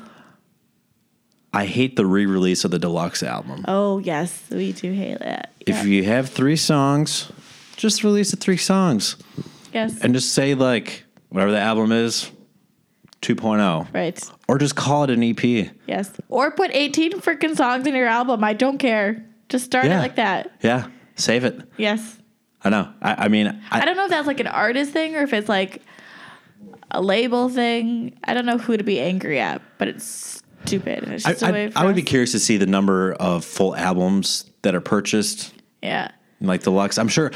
Speaker 1: I hate the re-release of the deluxe album.
Speaker 2: Oh, yes, we do hate that.
Speaker 1: If you have three songs, just release the three songs.
Speaker 2: yes.
Speaker 1: and just say like whatever the album is 2.0
Speaker 2: right.
Speaker 1: or just call it an E ep
Speaker 2: Yes. Or put 18 freaking songs in your album. I don't care. Just start
Speaker 1: Yeah.
Speaker 2: it like that.
Speaker 1: yeah save it
Speaker 2: Yes.
Speaker 1: i know i, I mean
Speaker 2: I
Speaker 1: I,
Speaker 2: don't know if that's like an artist thing or if it's like a label thing. I don't know who to be angry at, but it's stupid. It's
Speaker 1: I,
Speaker 2: just a way
Speaker 1: I,
Speaker 2: for
Speaker 1: I would be
Speaker 2: us-
Speaker 1: curious to see the number of full albums that are purchased
Speaker 2: Yeah.
Speaker 1: like deluxe i'm sure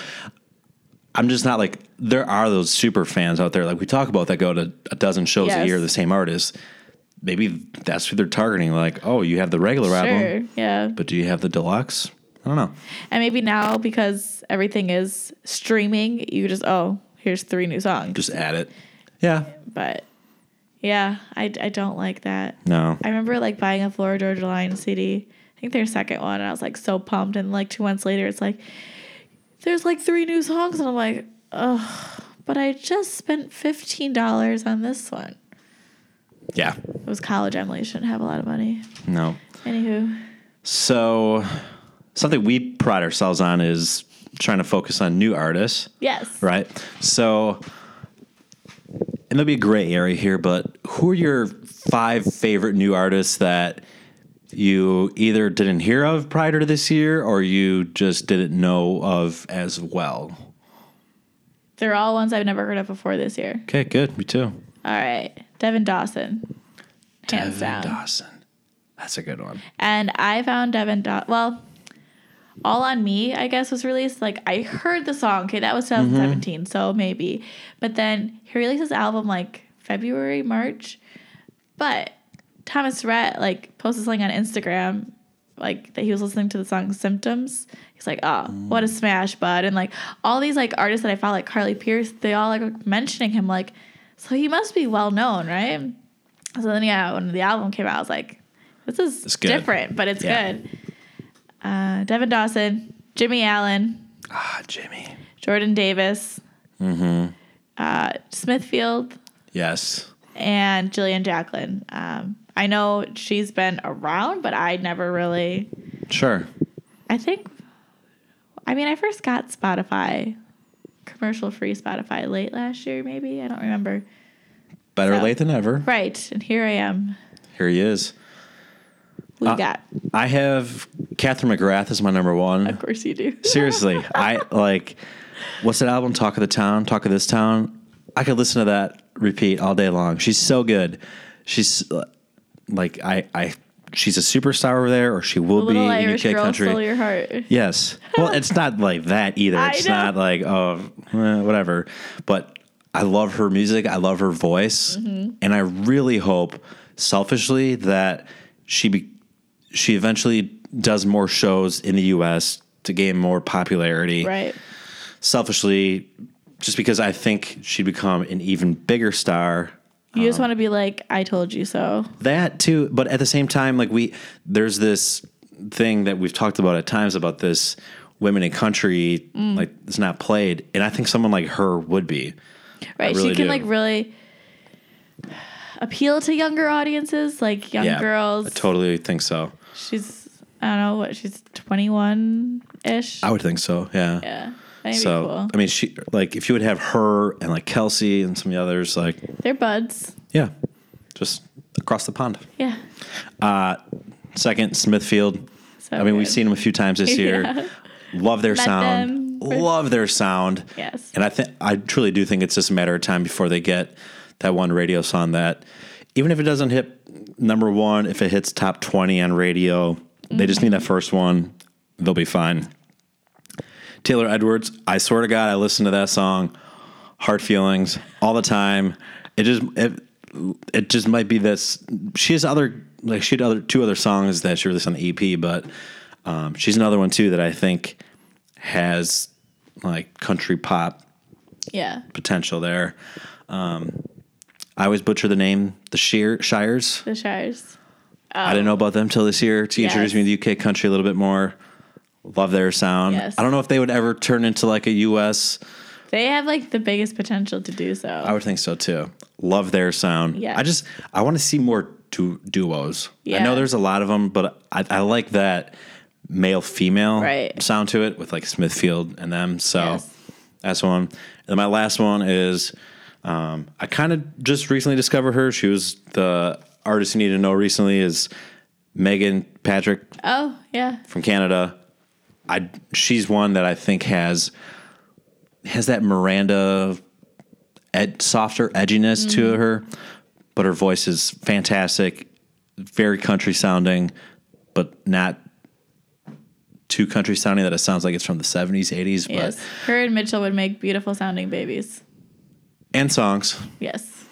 Speaker 1: i'm just not like there are those super fans out there like we talk about that go to a dozen shows a
Speaker 2: Yes.
Speaker 1: year of the same artist maybe that's who they're targeting like oh you have the regular
Speaker 2: Sure.
Speaker 1: album
Speaker 2: Yeah.
Speaker 1: but do you have the deluxe i don't know
Speaker 2: And maybe now because everything is streaming, you just, oh, here's three new songs.
Speaker 1: just add it yeah
Speaker 2: But yeah, I, I don't like that.
Speaker 1: no
Speaker 2: I remember like buying a Flora Georgia Line CD. I think their second one, and I was like so pumped. And like two months later, it's like there's like three new songs, and I'm like, ugh. But I just spent fifteen dollars on this one.
Speaker 1: yeah
Speaker 2: It was college, Emily shouldn't have a lot of money.
Speaker 1: no
Speaker 2: Anywho,
Speaker 1: So, something we pride ourselves on is trying to focus on new artists,
Speaker 2: yes,
Speaker 1: right? So, and there'll be a gray area here, but who are your five favorite new artists that you either didn't hear of prior to this year or you just didn't know of as well?
Speaker 2: they're all ones I've never heard of before this year.
Speaker 1: Okay, good. Me too.
Speaker 2: All right, Devin Dawson,
Speaker 1: Devin
Speaker 2: hands down.
Speaker 1: Dawson. That's a good one.
Speaker 2: And I found Devin Dot. Well, All on Me, I guess, was released. Like, I heard the song. Okay, that was 2017, so maybe. But then he released his album like February, March. But Thomas Rhett, like, posted something on Instagram, like, that he was listening to the song Symptoms. He's like, oh, what a smash, bud. And, like, all these, like, artists that I follow, like Carly Pierce, they all, like, were mentioning him, like, so he must be well known, right? So then, yeah, when the album came out, I was like, this is
Speaker 1: It's good.
Speaker 2: different, but it's
Speaker 1: Yeah.
Speaker 2: good. Uh, Devin Dawson, Jimmy Allen,
Speaker 1: Ah, Jimmy.
Speaker 2: Jordan Davis,
Speaker 1: Mm-hmm.
Speaker 2: uh, Smithfield,
Speaker 1: Yes.
Speaker 2: and Jillian Jacqueline. Um, I know she's been around, but I never really.
Speaker 1: Sure.
Speaker 2: I think. I mean, I first got Spotify, commercial free Spotify, late last year, maybe. I don't remember.
Speaker 1: Better
Speaker 2: So-
Speaker 1: late than ever.
Speaker 2: Right, and here I am.
Speaker 1: Here he is.
Speaker 2: We
Speaker 1: Uh,
Speaker 2: have got.
Speaker 1: I have Catherine McGrath as my number one.
Speaker 2: Of course, you do.
Speaker 1: Seriously, I like what's that album? Talk of the Town, Talk of This Town. I could listen to that repeat all day long. She's so good. She's uh, like I, I she's a superstar over there, or she will be
Speaker 2: Little
Speaker 1: in
Speaker 2: Irish
Speaker 1: UK
Speaker 2: girl
Speaker 1: country.
Speaker 2: stole your heart.
Speaker 1: Yes. Well, it's not like that either.
Speaker 2: I
Speaker 1: It's
Speaker 2: know.
Speaker 1: not like oh, eh, whatever. But I love her music. I love her voice,
Speaker 2: Mm-hmm.
Speaker 1: and I really hope, selfishly, that she be, she eventually does more shows in the U.S. to gain more popularity.
Speaker 2: Right.
Speaker 1: Selfishly, just because I think she'd become an even bigger star.
Speaker 2: You
Speaker 1: Um,
Speaker 2: just want to be like, I told you so.
Speaker 1: That too, but at the same time, like we there's this thing that we've talked about at times about this women in country
Speaker 2: Mm.
Speaker 1: like it's not played, and I think someone like her would be.
Speaker 2: right
Speaker 1: really
Speaker 2: she can
Speaker 1: do.
Speaker 2: like really appeal to younger audiences like young
Speaker 1: Yeah, I
Speaker 2: girls
Speaker 1: totally think so.
Speaker 2: she's i don't know what she's 21-ish
Speaker 1: I would think so. Yeah.
Speaker 2: yeah that'd
Speaker 1: So um,
Speaker 2: be cool
Speaker 1: I mean, she like if you would have her and like Kelsey and some of the others, like
Speaker 2: they're buds
Speaker 1: yeah, just across the pond.
Speaker 2: yeah
Speaker 1: Second, Smithfield.
Speaker 2: So
Speaker 1: I mean, we've
Speaker 2: good.
Speaker 1: seen them a few times this year.
Speaker 2: Yeah.
Speaker 1: Love their
Speaker 2: Met
Speaker 1: sound.
Speaker 2: them.
Speaker 1: Love their sound.
Speaker 2: Yes.
Speaker 1: And I think I truly do think it's just a matter of time before they get that one radio song that even if it doesn't hit number 1, if it hits top 20 on radio, they just need that first one. They'll be fine. Taylor Edwards, I swear to God, I listen to that song, Heart Feelings, all the time. It just, it, it just might be this. She has other like she had other two other songs that she released on the EP, but um, she's another one too that I think has like country pop
Speaker 2: Yeah.
Speaker 1: potential there. Um, I always butcher the name the Sheer Shires.
Speaker 2: The Shires.
Speaker 1: I didn't know about them till this year. She introduced me to UK country a little bit more. Love their sound.
Speaker 2: Yes.
Speaker 1: I don't know if they would ever turn into like a US.
Speaker 2: They have like the biggest potential to do so.
Speaker 1: I would think so too. Love their sound.
Speaker 2: Yeah.
Speaker 1: I just I want to see more du- duos. I know
Speaker 2: Yeah.
Speaker 1: there's a lot of them, but I, I like that male female
Speaker 2: Right.
Speaker 1: sound to it with like Smithfield and them. So
Speaker 2: Yes.
Speaker 1: that's one. And then my last one is um, I kind of just recently discovered her. She was the artist you need to know recently is Megan Patrick
Speaker 2: oh, yeah.
Speaker 1: from Canada. I she's one that I think has has that Miranda ed, softer edginess to her, but her voice is fantastic, very country sounding, but not too country sounding that it sounds like it's from the 70s, 80s, but
Speaker 2: Yes. Her and Mitchell would make beautiful sounding babies.
Speaker 1: and songs,
Speaker 2: Yes.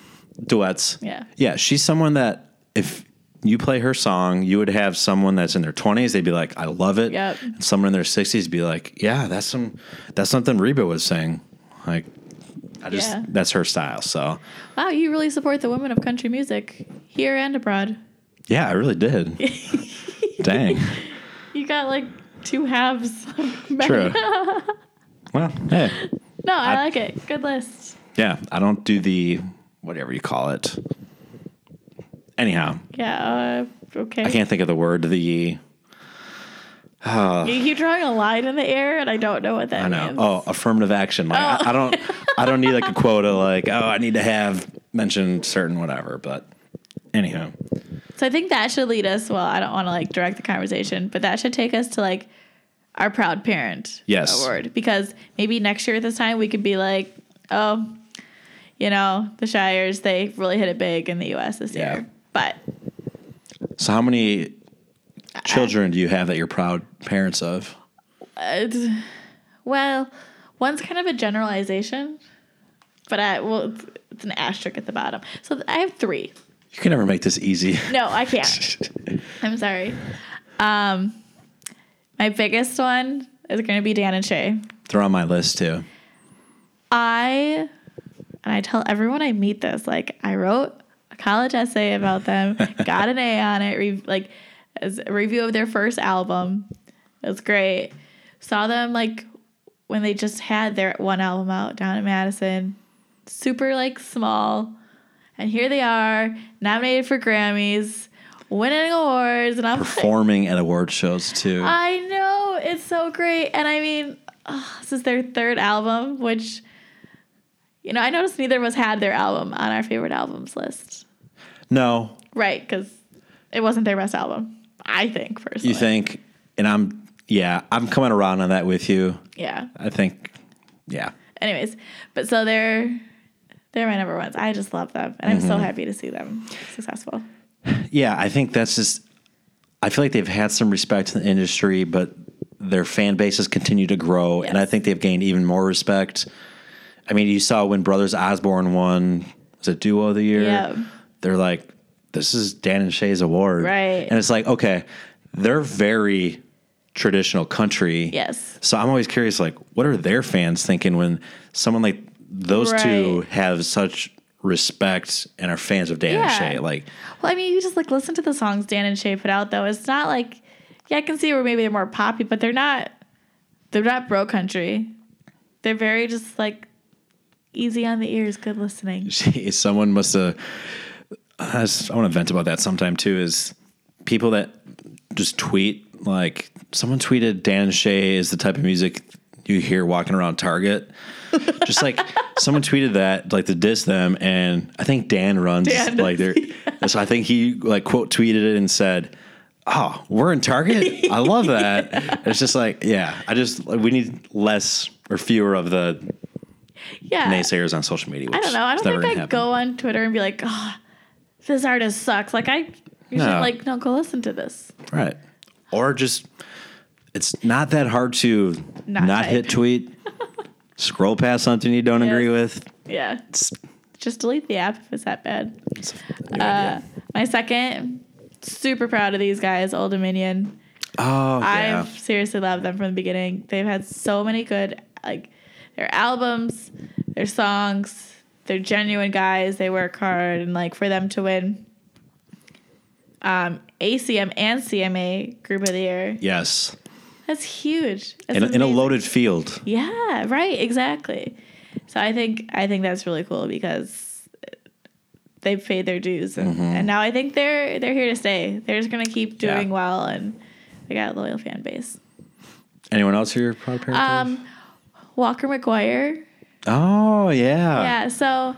Speaker 1: duets.
Speaker 2: Yeah.
Speaker 1: Yeah, she's someone that if you play her song, you would have someone that's in their twenties, they'd be like, I love it.
Speaker 2: Yep.
Speaker 1: And someone in their sixties be like, Yeah, that's some that's something Reba was saying. Like I just
Speaker 2: Yeah.
Speaker 1: that's her style. So
Speaker 2: Wow, you really support the women of country music here and abroad.
Speaker 1: yeah, I really did. Dang.
Speaker 2: You got like two halves.
Speaker 1: True. well, hey.
Speaker 2: No, I, like it. Good list.
Speaker 1: Yeah. I don't do the whatever you call it. Anyhow,
Speaker 2: Yeah. Uh, okay.
Speaker 1: I can't think of the word. The
Speaker 2: You keep drawing a line in the air, and I don't know what that
Speaker 1: I know.
Speaker 2: means.
Speaker 1: Oh, affirmative action. Like I, I don't I don't need like a quota like, oh, I need to have mentioned certain whatever, but anyhow.
Speaker 2: So I think that should lead us. Well, I don't want to like direct the conversation, but that should take us to like our proud parent
Speaker 1: Yes.
Speaker 2: award because maybe next year at this time we could be like, oh, you know, the Shires they really hit it big in the U.S. this
Speaker 1: Yeah.
Speaker 2: year. But
Speaker 1: So how many children do you have that you're proud parents of?
Speaker 2: uh, d- well, one's kind of a generalization, but I well, it's- it's an asterisk at the bottom. So th- I have three.
Speaker 1: You can never make this easy.
Speaker 2: No, I can't. I'm sorry. Um, my biggest one is going to be Dan and Shay.
Speaker 1: They're on my list too.
Speaker 2: I, and I tell everyone I meet this, like, I wrote a college essay about them, got an A on it, re- like, as a review of their first album. It was great. Saw them, like, when they just had their one album out down in Madison, super, like, small. And here they are, nominated for Grammys, winning awards. And I'm like,
Speaker 1: Performing at award shows too.
Speaker 2: I know it's so great, and I mean, ugh, this is their third album, which you know I noticed neither of us had their album on our favorite albums list,
Speaker 1: no.
Speaker 2: right? Because it wasn't their best album, I think personally.
Speaker 1: You think and I'm yeah, I'm coming around on that with you.
Speaker 2: Yeah.
Speaker 1: I think yeah.
Speaker 2: Anyways, but so they're they're my number ones. I just love them, and I'm
Speaker 1: Mm-hmm.
Speaker 2: so happy to see them successful.
Speaker 1: Yeah, I think that's just. I feel like they've had some respect in the industry, but their fan bases continue to grow, and I
Speaker 2: Yes.
Speaker 1: think they've gained even more respect. I mean, you saw when Brothers Osborne won was it Duo of the Year?
Speaker 2: Yeah.
Speaker 1: They're like, this is Dan and Shay's award,
Speaker 2: Right.
Speaker 1: And it's like, okay, they're very traditional country,
Speaker 2: Yes.
Speaker 1: So I'm always curious, like, what are their fans thinking when someone like those two
Speaker 2: Right.
Speaker 1: have such respect and are fans of Dan
Speaker 2: Yeah.
Speaker 1: and Shay? Like,
Speaker 2: Well, I mean, you just like listen to the songs Dan and Shay put out, though. It's not like, yeah, I can see where maybe they're more poppy, but they're not. They're not bro country. They're very just like easy on the ears, good listening.
Speaker 1: Jeez, someone must have. I, just- I want to vent about that sometime too. Is people that just tweet like someone tweeted Dan Shay is the type of music you hear walking around Target. just like someone tweeted that like to diss them, and I think Dan runs
Speaker 2: Dan
Speaker 1: like there. So I think he like quote tweeted it and said. Oh, we're in Target. I love that. It's just like, yeah, I just we need less or fewer of the
Speaker 2: Yeah,
Speaker 1: naysayers on social media. Which
Speaker 2: I don't know. I
Speaker 1: is
Speaker 2: don't
Speaker 1: never
Speaker 2: think I
Speaker 1: gonna happen.
Speaker 2: go on Twitter and be like, oh, this artist sucks. Like I usually
Speaker 1: No.
Speaker 2: like, no, go listen to this.
Speaker 1: Right. Or just it's not that hard to
Speaker 2: Not
Speaker 1: not,
Speaker 2: type.
Speaker 1: hit tweet, scroll past something you don't agree with.
Speaker 2: Yeah,
Speaker 1: It's
Speaker 2: Just delete the app if it's that bad.
Speaker 1: It's a good
Speaker 2: Uh,
Speaker 1: idea.
Speaker 2: my second, super proud of these guys, Old Dominion.
Speaker 1: Oh yeah.
Speaker 2: I've seriously loved them from the beginning. They've had so many good like their albums, their songs. They're genuine guys. They work hard, and like for them to win um, ACM and CMA Group of the Year,
Speaker 1: Yes.
Speaker 2: that's huge. That's
Speaker 1: In, in a
Speaker 2: amazing.
Speaker 1: loaded field.
Speaker 2: Yeah, right, exactly. So I think I think that's really cool because they've paid their dues and, and now I think they're they're here to stay. They're just gonna keep
Speaker 1: Mm-hmm. Yeah.
Speaker 2: doing well and they got a loyal fan base.
Speaker 1: Anyone else here proud parent?
Speaker 2: Um Walker McGuire.
Speaker 1: oh yeah.
Speaker 2: Yeah, so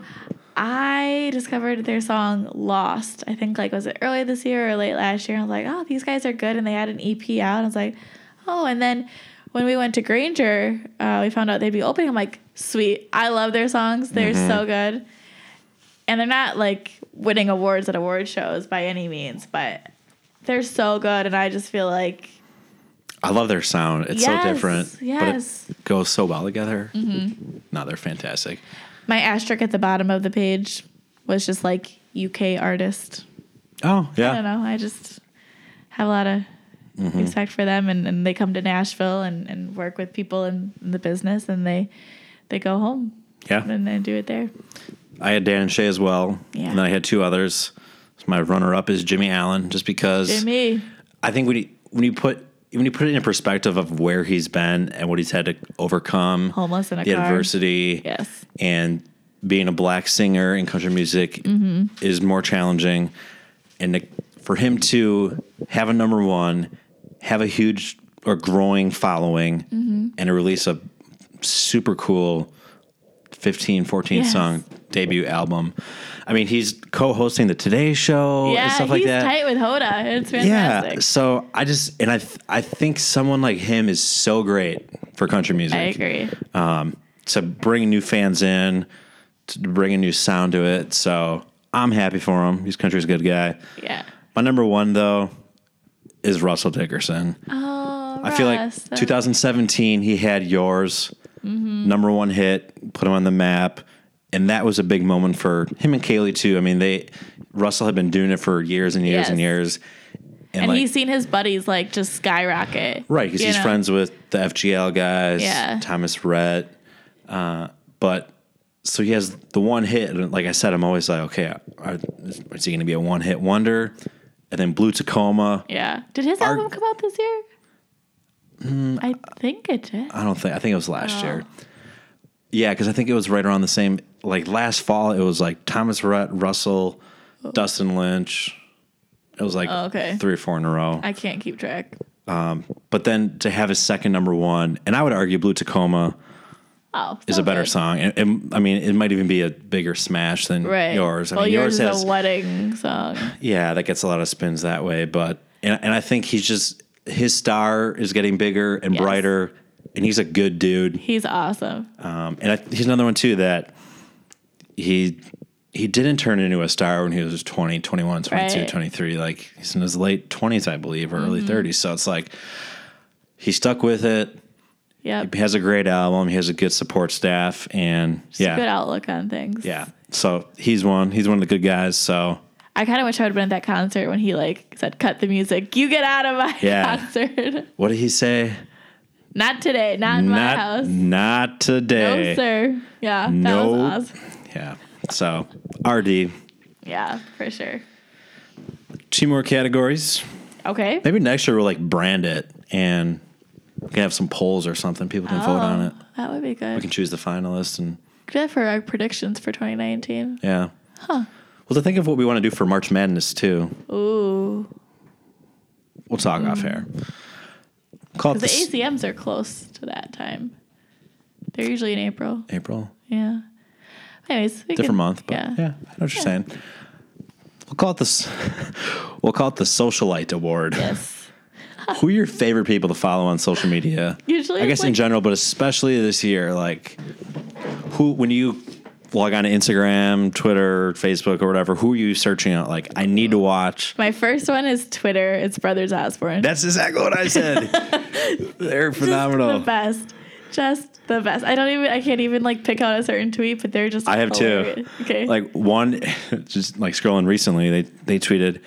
Speaker 2: I discovered their song Lost. I think like was it early this year or late last year? And I was like, oh, these guys are good, and they had an EP out. I was like, oh, and then when we went to Granger, uh, we found out they'd be opening. I'm like, sweet, I love their songs. They're so good, and they're not like winning awards at award shows by any means, but they're so good, and I just feel like
Speaker 1: I love their sound. It's
Speaker 2: Yes,
Speaker 1: so different.
Speaker 2: yes. Mm-hmm.
Speaker 1: But it goes so well together. No, they're fantastic.
Speaker 2: my asterisk at the bottom of the page was just like UK artist.
Speaker 1: Oh yeah.
Speaker 2: I don't know. I just have a lot of
Speaker 1: Mm-hmm.
Speaker 2: respect for them, and, and they come to Nashville and, and work with people in the business, and they they go home
Speaker 1: Yeah.
Speaker 2: and they do it there.
Speaker 1: I had Dan and Shay as well.
Speaker 2: Yeah.
Speaker 1: And then I had two others. So my runner up is Jimmy Allen, just because
Speaker 2: Jimmy,
Speaker 1: I think when you when you put when you put it in perspective of where he's been and what he's had to overcome,
Speaker 2: Homeless in a
Speaker 1: the
Speaker 2: car.
Speaker 1: adversity,
Speaker 2: Yes.
Speaker 1: and being a black singer in country music
Speaker 2: Mm-hmm.
Speaker 1: is more challenging, and to, for him to have a number one, have a huge or growing following,
Speaker 2: Mm-hmm.
Speaker 1: and to release a super cool 15, 14
Speaker 2: Yes.
Speaker 1: song debut album. I mean, he's co-hosting the Today Show
Speaker 2: yeah,
Speaker 1: Oh, and stuff like
Speaker 2: he's
Speaker 1: that.
Speaker 2: tight with Hoda. It's
Speaker 1: Yeah.
Speaker 2: fantastic.
Speaker 1: So I just and I th- I think someone like him is so great for country music.
Speaker 2: I agree.
Speaker 1: Um, to bring new fans in, to bring a new sound to it. So I'm happy for him. He's country's a good guy.
Speaker 2: Yeah.
Speaker 1: My number one though is Russell Dickerson.
Speaker 2: Oh,
Speaker 1: I feel like
Speaker 2: Russ, that-
Speaker 1: 2017 he had yours
Speaker 2: Mm-hmm.
Speaker 1: number one hit, put him on the map, and that was a big moment for him and Kaylee too. I mean they Russell had been doing it for years and years and
Speaker 2: Yes.
Speaker 1: years.
Speaker 2: and
Speaker 1: like-
Speaker 2: he's seen his buddies like just skyrocket.
Speaker 1: Right, because
Speaker 2: you
Speaker 1: he's
Speaker 2: know?
Speaker 1: friends with the FGL guys,
Speaker 2: Yeah.
Speaker 1: Thomas Rhett. Uh, but so he has the one hit, and like I said, I'm always like, okay, are, is is he going to be a one hit wonder? And then Blue Tacoma,
Speaker 2: Yeah. Did his
Speaker 1: Our- Mm,
Speaker 2: album come out this year? I think it did.
Speaker 1: I don't think, I think it was last year.
Speaker 2: Oh.
Speaker 1: Yeah, because I think it was right around the same, like last fall, it was like Thomas Rhett, Russell, Dustin Lynch. It was like
Speaker 2: Oh, okay.
Speaker 1: three or four in a row.
Speaker 2: I can't keep track.
Speaker 1: but then to have his second number one, and I would argue Blue Tacoma.
Speaker 2: Oh,
Speaker 1: is a
Speaker 2: so
Speaker 1: better
Speaker 2: good.
Speaker 1: song. And, and, I mean, it might even be a bigger smash than
Speaker 2: Right.
Speaker 1: yours. I
Speaker 2: well,
Speaker 1: mean,
Speaker 2: yours,
Speaker 1: yours,
Speaker 2: is
Speaker 1: has
Speaker 2: a wedding song.
Speaker 1: yeah, that gets a lot of spins that way. But and and I think he's just his star is getting bigger and
Speaker 2: Yes.
Speaker 1: brighter, and he's a good dude.
Speaker 2: He's awesome.
Speaker 1: Um, and I, he's another one too that he he didn't turn into a star when he was 20, 21, 22,
Speaker 2: Right. Mm-hmm.
Speaker 1: 23. Like he's in his late 20s, I believe, or early 30s. So it's like he stuck with it.
Speaker 2: Yep.
Speaker 1: He has a great album. He has a good support staff, and yeah,
Speaker 2: Good outlook on things.
Speaker 1: Yeah. So he's one. He's one of the good guys. So
Speaker 2: I kind of wish I would have been at that concert when he like said, "Cut the music. You get out of my
Speaker 1: Yeah.
Speaker 2: concert.
Speaker 1: what did he say?
Speaker 2: not today. Not in my
Speaker 1: not
Speaker 2: house.
Speaker 1: not today.
Speaker 2: No, sir. Yeah. That
Speaker 1: No.
Speaker 2: was awesome.
Speaker 1: Yeah. So RD.
Speaker 2: Yeah, for sure.
Speaker 1: Two more categories.
Speaker 2: Okay.
Speaker 1: Maybe next year we'll like brand it and we can have some polls or something. People can vote on it.
Speaker 2: That would be
Speaker 1: We
Speaker 2: good.
Speaker 1: can choose the finalists and
Speaker 2: Good for our predictions for 2019.
Speaker 1: yeah. Huh. Well, to think of what we want to do for March Madness too.
Speaker 2: Ooh.
Speaker 1: We'll talk
Speaker 2: Mm.
Speaker 1: off air. Call it
Speaker 2: The
Speaker 1: the s-
Speaker 2: ACMs are close to that time. They're usually in April.
Speaker 1: April.
Speaker 2: Yeah. Anyways, we
Speaker 1: different
Speaker 2: could-
Speaker 1: month, but yeah.
Speaker 2: yeah.
Speaker 1: I know what you're saying. We'll call it this. We'll call it the socialite award.
Speaker 2: Yes.
Speaker 1: Who are your favorite people to follow on social media?
Speaker 2: Usually
Speaker 1: I
Speaker 2: it's
Speaker 1: guess in
Speaker 2: like-
Speaker 1: general, but especially this year, like who when you log on to Instagram, Twitter, Facebook, or whatever, who are you searching out? Like, I need to watch.
Speaker 2: My first one is Twitter. It's Brothers Osborne.
Speaker 1: That's exactly what I said. They're
Speaker 2: Just
Speaker 1: phenomenal.
Speaker 2: The best. just the best. I don't even. I can't even like pick out a certain tweet, but they're just.
Speaker 1: I have two.
Speaker 2: hilarious. Okay.
Speaker 1: Like one, just like scrolling recently, they they tweeted,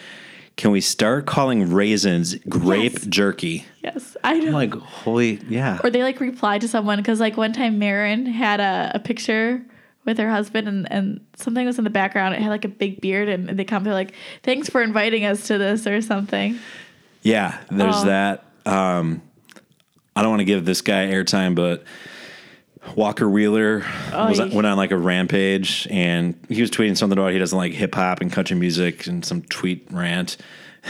Speaker 1: "Can we start calling raisins grape
Speaker 2: Yes.
Speaker 1: jerky?"
Speaker 2: yes, I know.
Speaker 1: I'm like, holy yeah.
Speaker 2: or they like reply to someone because like one time Marin had a, a picture with her husband and, and something was in the background. It had like a big beard and they come they're like, Thanks for inviting us to this or something.
Speaker 1: Yeah, there's
Speaker 2: Oh.
Speaker 1: that. Um, I don't want to give this guy airtime, but Walker Wheeler was,
Speaker 2: Oh, he-
Speaker 1: went on like a rampage, and he was tweeting something about he doesn't like hip hop and country music, and some tweet rant.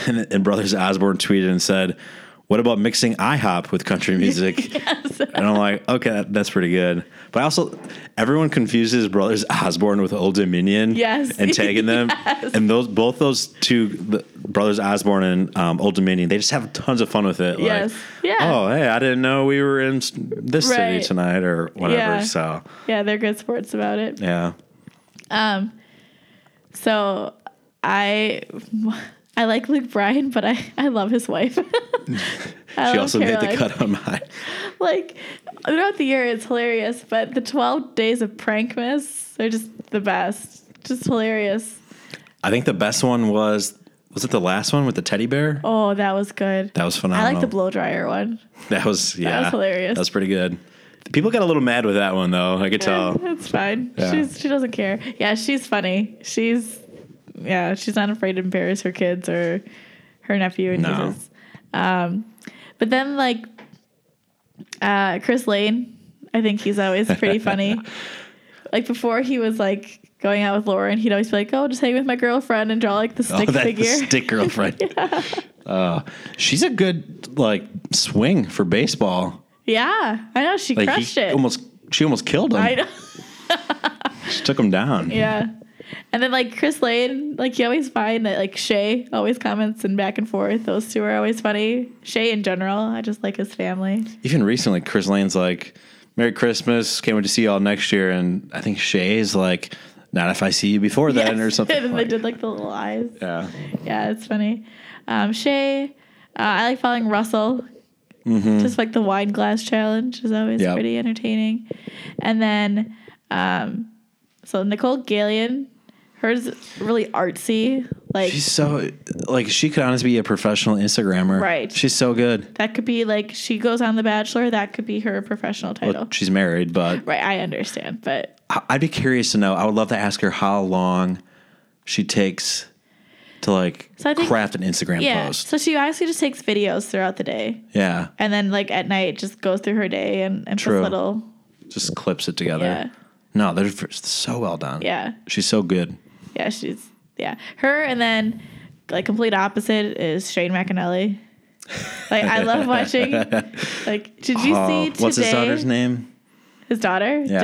Speaker 1: And, and Brothers Osborne tweeted and said, "What about mixing IHOP with country music?" And I'm like, "Okay, that's pretty good." But I also, everyone confuses Brothers Osborne with Old Dominion,
Speaker 2: Yes.
Speaker 1: and tagging them,
Speaker 2: Yes.
Speaker 1: and those both those two the brothers Osborne and um, Old Dominion, they just have tons of fun with it.
Speaker 2: Yes.
Speaker 1: Like,
Speaker 2: Yeah.
Speaker 1: Oh, hey, I didn't know we were in s- this
Speaker 2: Right.
Speaker 1: city tonight or whatever.
Speaker 2: Yeah.
Speaker 1: So
Speaker 2: Yeah, they're good sports about it.
Speaker 1: yeah,
Speaker 2: So I I like Luke Bryan, but I, I love his wife. I
Speaker 1: she
Speaker 2: love
Speaker 1: also made the
Speaker 2: Caroline.
Speaker 1: cut on mine.
Speaker 2: Like throughout the year it's hilarious, but the twelve days of prankmas are just the best. Just hilarious.
Speaker 1: I think the best one was was it the last one with the teddy bear?
Speaker 2: Oh, that was good.
Speaker 1: That was
Speaker 2: I
Speaker 1: phenomenal.
Speaker 2: like the blow dryer one.
Speaker 1: That was yeah,
Speaker 2: was hilarious.
Speaker 1: That was pretty good. People got a little mad with that one though. I could tell.
Speaker 2: That's fine.
Speaker 1: Yeah.
Speaker 2: She's she doesn't care. Yeah, she's funny. She's yeah, she's not afraid to embarrass her kids or her nephew and
Speaker 1: No.
Speaker 2: nieces. Um, but then like uh, Chris Lane, I think he's always pretty funny. Like before, he was like going out with Lauren. He'd always be like, "Oh, just hang with my girlfriend and draw like the
Speaker 1: Oh,
Speaker 2: stick
Speaker 1: that
Speaker 2: figure."
Speaker 1: stick girlfriend. Uh, she's a good like swing for baseball.
Speaker 2: yeah, I know she
Speaker 1: Like
Speaker 2: crushed
Speaker 1: he
Speaker 2: it.
Speaker 1: almost she almost killed him.
Speaker 2: I know.
Speaker 1: She took him down.
Speaker 2: Yeah. And then like Chris Lane, like you always find that like Shay always comments and back and forth. Those two are always funny. Shay in general, I just like his family.
Speaker 1: Even recently, Chris Lane's like, "Merry Christmas, can't wait to see y'all next year." And I think Shay's like, "Not if I see you before then," or
Speaker 2: Yes.
Speaker 1: something.
Speaker 2: and then
Speaker 1: like-
Speaker 2: they did like the little eyes.
Speaker 1: yeah,
Speaker 2: Yeah, it's funny. Um, Shay, uh, I like following Russell. Just like the wine glass challenge is always
Speaker 1: Mm-hmm. Yep.
Speaker 2: pretty entertaining. And then, um, so Nicole Gallion, hers really artsy. Like
Speaker 1: she's so like she could honestly be a professional Instagrammer.
Speaker 2: Right.
Speaker 1: She's so good.
Speaker 2: that could be like she goes on The Bachelor. That could be her professional title.
Speaker 1: Well, she's married, but
Speaker 2: Right, I understand, but
Speaker 1: I- I'd be curious to know. I would love to ask her how long she takes to like
Speaker 2: So I think-
Speaker 1: craft an Instagram
Speaker 2: yeah.
Speaker 1: post.
Speaker 2: So she actually just takes videos throughout the day,
Speaker 1: Yeah,
Speaker 2: and then like at night, just goes through her day and and
Speaker 1: True.
Speaker 2: puts little
Speaker 1: just clips it together.
Speaker 2: yeah,
Speaker 1: No, they're f- so well done.
Speaker 2: yeah,
Speaker 1: She's so good.
Speaker 2: yeah. She's yeah, her, and then like complete opposite is Shane McAnally. Like I love watching. Like, did you see
Speaker 1: Oh,
Speaker 2: today?
Speaker 1: what's his daughter's name?
Speaker 2: His daughter,
Speaker 1: Yeah.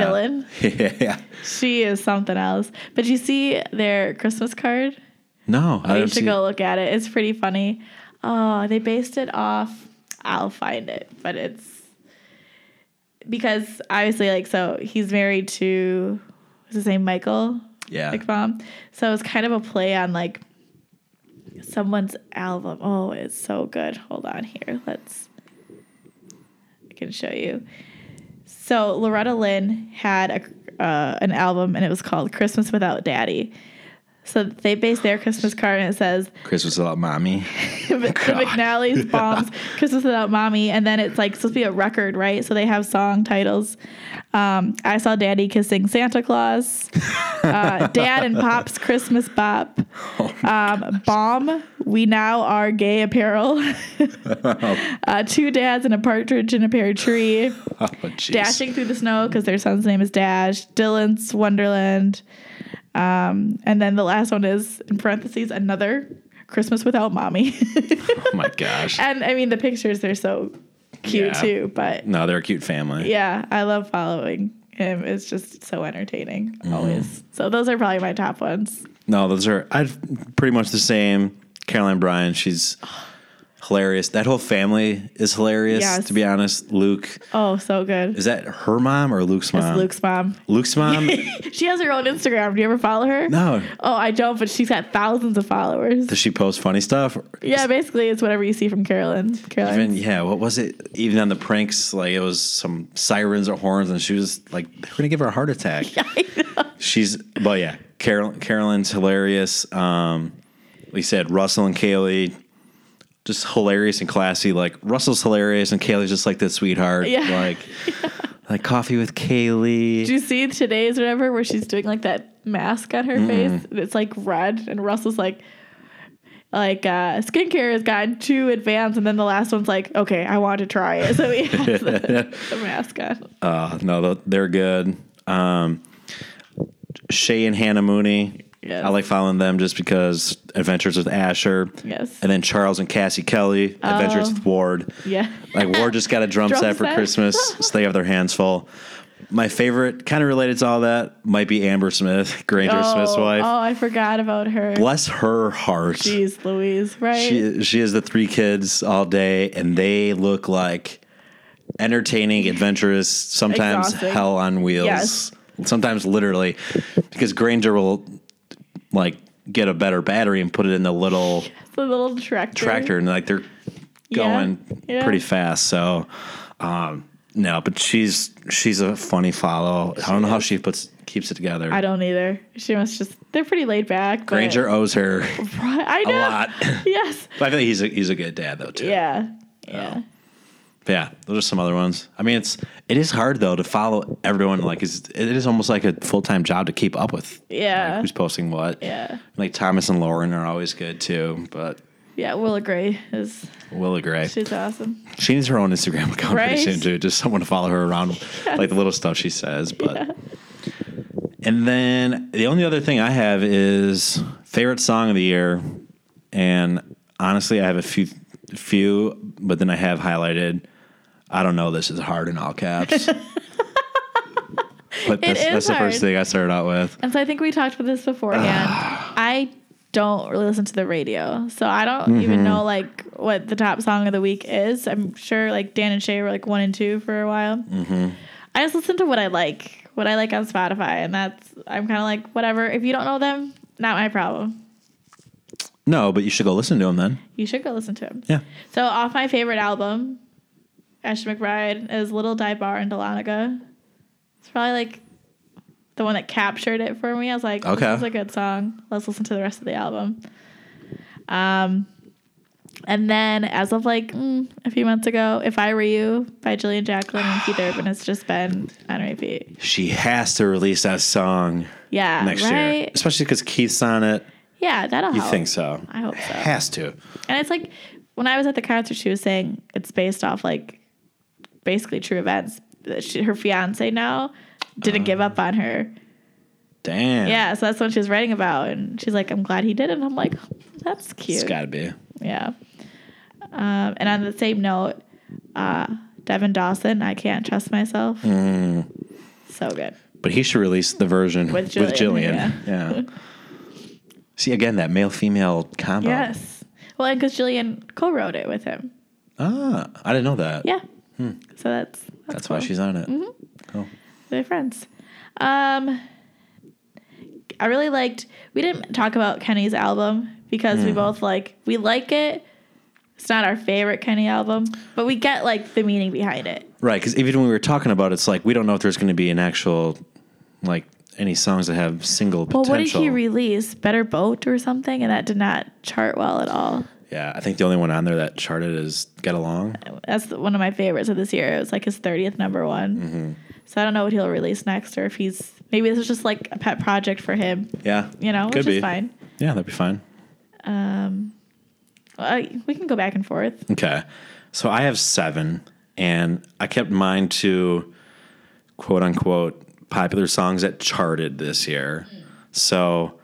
Speaker 2: Dylan.
Speaker 1: yeah.
Speaker 2: She is something else. But you see their Christmas card.
Speaker 1: No, I
Speaker 2: You
Speaker 1: don't
Speaker 2: should
Speaker 1: see.
Speaker 2: go look at it. It's pretty funny. Oh, they based it off. I'll find it, but it's because obviously, like, so he's married to what's his name, Michael
Speaker 1: Yeah.
Speaker 2: like mom. So it's kind of a play on like someone's album. Oh, it's so good. Hold on here. Let's I can show you. So Loretta Lynn had a uh, an album and it was called Christmas Without Daddy. So they based their Christmas card and it says
Speaker 1: Chris was about mommy.
Speaker 2: the McNally's bombs Christmas without mommy, and then it's like supposed to be a record, right? So they have song titles. Um, I saw Daddy kissing Santa Claus, uh, Dad and Pop's Christmas Bop, um, Bomb. We now are gay apparel. uh, two dads and a partridge in a pear tree.
Speaker 1: Oh, jeez.
Speaker 2: Dashing through the snow because their son's name is Dash. Dylan's Wonderland. Um, and then the last one is in parentheses another Christmas without mommy.
Speaker 1: Oh my gosh.
Speaker 2: and I mean the pictures they're so cute
Speaker 1: Yeah.
Speaker 2: too, but
Speaker 1: No, they're a cute family.
Speaker 2: yeah, I love following him. It's just so entertaining
Speaker 1: Mm-hmm.
Speaker 2: always. So those are probably my top ones.
Speaker 1: No, those are I've pretty much the same. Caroline Bryan, she's hilarious. That whole family is hilarious.
Speaker 2: Yes.
Speaker 1: To be honest, Luke
Speaker 2: Oh, so good.
Speaker 1: is uh, that her mom or Luke's mom?
Speaker 2: It's Luke's mom.
Speaker 1: Luke's mom?
Speaker 2: she has her own Instagram. Do you ever follow her?
Speaker 1: no.
Speaker 2: Oh, I don't, but she's got thousands of followers.
Speaker 1: Does she post funny stuff?
Speaker 2: Yeah, basically, it's whatever you see from Carolyn. Carolyn.
Speaker 1: Even yeah, what was it? Even on the pranks, like it was some sirens or horns, and she was like, "They're gonna give her a heart attack." She's, but yeah, Carol, Carolyn's hilarious. Um, like you said, Russell and Kaylee, just hilarious and classy. Like Russell's hilarious, and Kaylee's just like the sweetheart.
Speaker 2: Yeah.
Speaker 1: Like, like coffee with Kaylee.
Speaker 2: Did you see today's whatever where she's doing like that mask on her
Speaker 1: Mm.
Speaker 2: face? And it's like red, and Russell's like, like uh, skincare has gotten too advanced, and then the last one's like, okay, I want to try it, so he has the, the mask on.
Speaker 1: Uh, no, th- they're good. Um, Shay and Hannah Mooney.
Speaker 2: Yes.
Speaker 1: I like following them just because Adventures with Asher.
Speaker 2: Yes.
Speaker 1: And then Charles and Cassie Kelly, Adventures with Ward.
Speaker 2: Yeah.
Speaker 1: Like Ward just got a drum,
Speaker 2: Drum
Speaker 1: set for
Speaker 2: set.
Speaker 1: Christmas, so they have their hands full. My favorite, kind of related to all that, might be Amber Smith, Granger Smith's wife.
Speaker 2: oh, I forgot about her.
Speaker 1: Bless her heart.
Speaker 2: Jeez, Louise, right?
Speaker 1: She she has the three kids all day, and they look like entertaining, adventurous, sometimes
Speaker 2: Exhausting.
Speaker 1: hell on wheels.
Speaker 2: Yes.
Speaker 1: Sometimes literally, because Granger will like get a better battery and put it in the little
Speaker 2: the little tractor.
Speaker 1: tractor, and like they're
Speaker 2: Yeah,
Speaker 1: going
Speaker 2: yeah.
Speaker 1: pretty fast. So, um, no, but she's she's a funny follow. I don't know how she puts keeps it together.
Speaker 2: I don't either. She must just, they're pretty laid back. but-
Speaker 1: Granger owes her
Speaker 2: I
Speaker 1: a
Speaker 2: know.
Speaker 1: lot,
Speaker 2: Yes.
Speaker 1: but I feel like he's a, he's a good dad though too.
Speaker 2: Yeah.
Speaker 1: Oh.
Speaker 2: Yeah.
Speaker 1: Yeah, those are some other ones. I mean, it's it is hard though to follow everyone. Like, it's, it is almost like a full time job to keep up with.
Speaker 2: Yeah.
Speaker 1: like, who's posting what?
Speaker 2: Uh-huh. Yeah.
Speaker 1: like Thomas and Lauren are always good too. But
Speaker 2: Yeah. Willa Gray is,
Speaker 1: Willa Gray,
Speaker 2: she's awesome.
Speaker 1: she needs her own Instagram account
Speaker 2: Right?
Speaker 1: pretty soon too. Just someone to follow her around, like the little stuff she says. But and then the only other thing I have is favorite song of the year, and honestly, I have a few few, but then I have highlighted. I don't know. This is hard in all caps. But that's,
Speaker 2: is
Speaker 1: that's the first
Speaker 2: hard.
Speaker 1: thing I started out with.
Speaker 2: And so I think we talked about this beforehand. I don't really listen to the radio, so I don't even know like what the top song of the week is. I'm sure like Dan and Shay were like one and two for a while. I just listen to what I like, what I like on Spotify, and that's I'm kind of like whatever. If you don't know them, not my problem.
Speaker 1: No, but you should go listen to them then.
Speaker 2: You should go listen to them.
Speaker 1: Yeah.
Speaker 2: So off my favorite album, Ashton McBride is Little Dive Bar in Dahlonega. It's probably like the one that captured it for me. I was like,
Speaker 1: Okay.
Speaker 2: this is a good song. Let's listen to the rest of the album. Um, and then as of like mm, a few months ago, If I Were You by Jillian Jacqueline and Keith Urban has just been on repeat.
Speaker 1: She has to release that song
Speaker 2: Yeah.
Speaker 1: next
Speaker 2: right?
Speaker 1: year, especially because Keith's on it.
Speaker 2: Yeah, that'll
Speaker 1: You
Speaker 2: help.
Speaker 1: think so?
Speaker 2: I hope so.
Speaker 1: Has to.
Speaker 2: And it's like when I was at the concert, she was saying it's based off like basically true events. That she, her fiance now didn't give up on her.
Speaker 1: Damn.
Speaker 2: Yeah, so that's what she was writing about, and she's like, "I'm glad he did," and I'm like, "That's
Speaker 1: It's
Speaker 2: cute."
Speaker 1: got to be.
Speaker 2: Yeah. Um, and on the same note, uh, Devin Dawson, I can't trust myself.
Speaker 1: Mm.
Speaker 2: So good.
Speaker 1: But he should release the version with
Speaker 2: With
Speaker 1: Jillian.
Speaker 2: Jillian,
Speaker 1: Yeah. See, again, that male female combo.
Speaker 2: Yes. Well, and because Jillian co-wrote it with him.
Speaker 1: Ah, I didn't know that.
Speaker 2: Yeah. So that's
Speaker 1: Hmm. That's
Speaker 2: that's, cool. Mm-hmm.
Speaker 1: why she's on it. Cool.
Speaker 2: They're friends. Um, I really liked. We didn't talk about Kenny's album because
Speaker 1: Hmm.
Speaker 2: we both like we like it. It's not our favorite Kenny album, but we get like the meaning behind it.
Speaker 1: Right. Because even when we were talking about it, it's like, we don't know if there's going to be an actual, like, any songs that have single
Speaker 2: Well,
Speaker 1: potential.
Speaker 2: what did he release? Better Boat or something, and that did not chart well at all.
Speaker 1: yeah. I think the only one on there that charted is Get Along.
Speaker 2: That's the- one of my favorites of this year. It was like his thirtieth number one.
Speaker 1: Mm-hmm.
Speaker 2: So I don't know what he'll release next, or if he's maybe this is just like a pet project for him.
Speaker 1: Yeah.
Speaker 2: You know,
Speaker 1: Could
Speaker 2: which
Speaker 1: be.
Speaker 2: is fine.
Speaker 1: Yeah, that'd be fine.
Speaker 2: Uh, we can go back and forth.
Speaker 1: Okay. So I have seven, and I kept mine to quote unquote popular songs that charted this year. So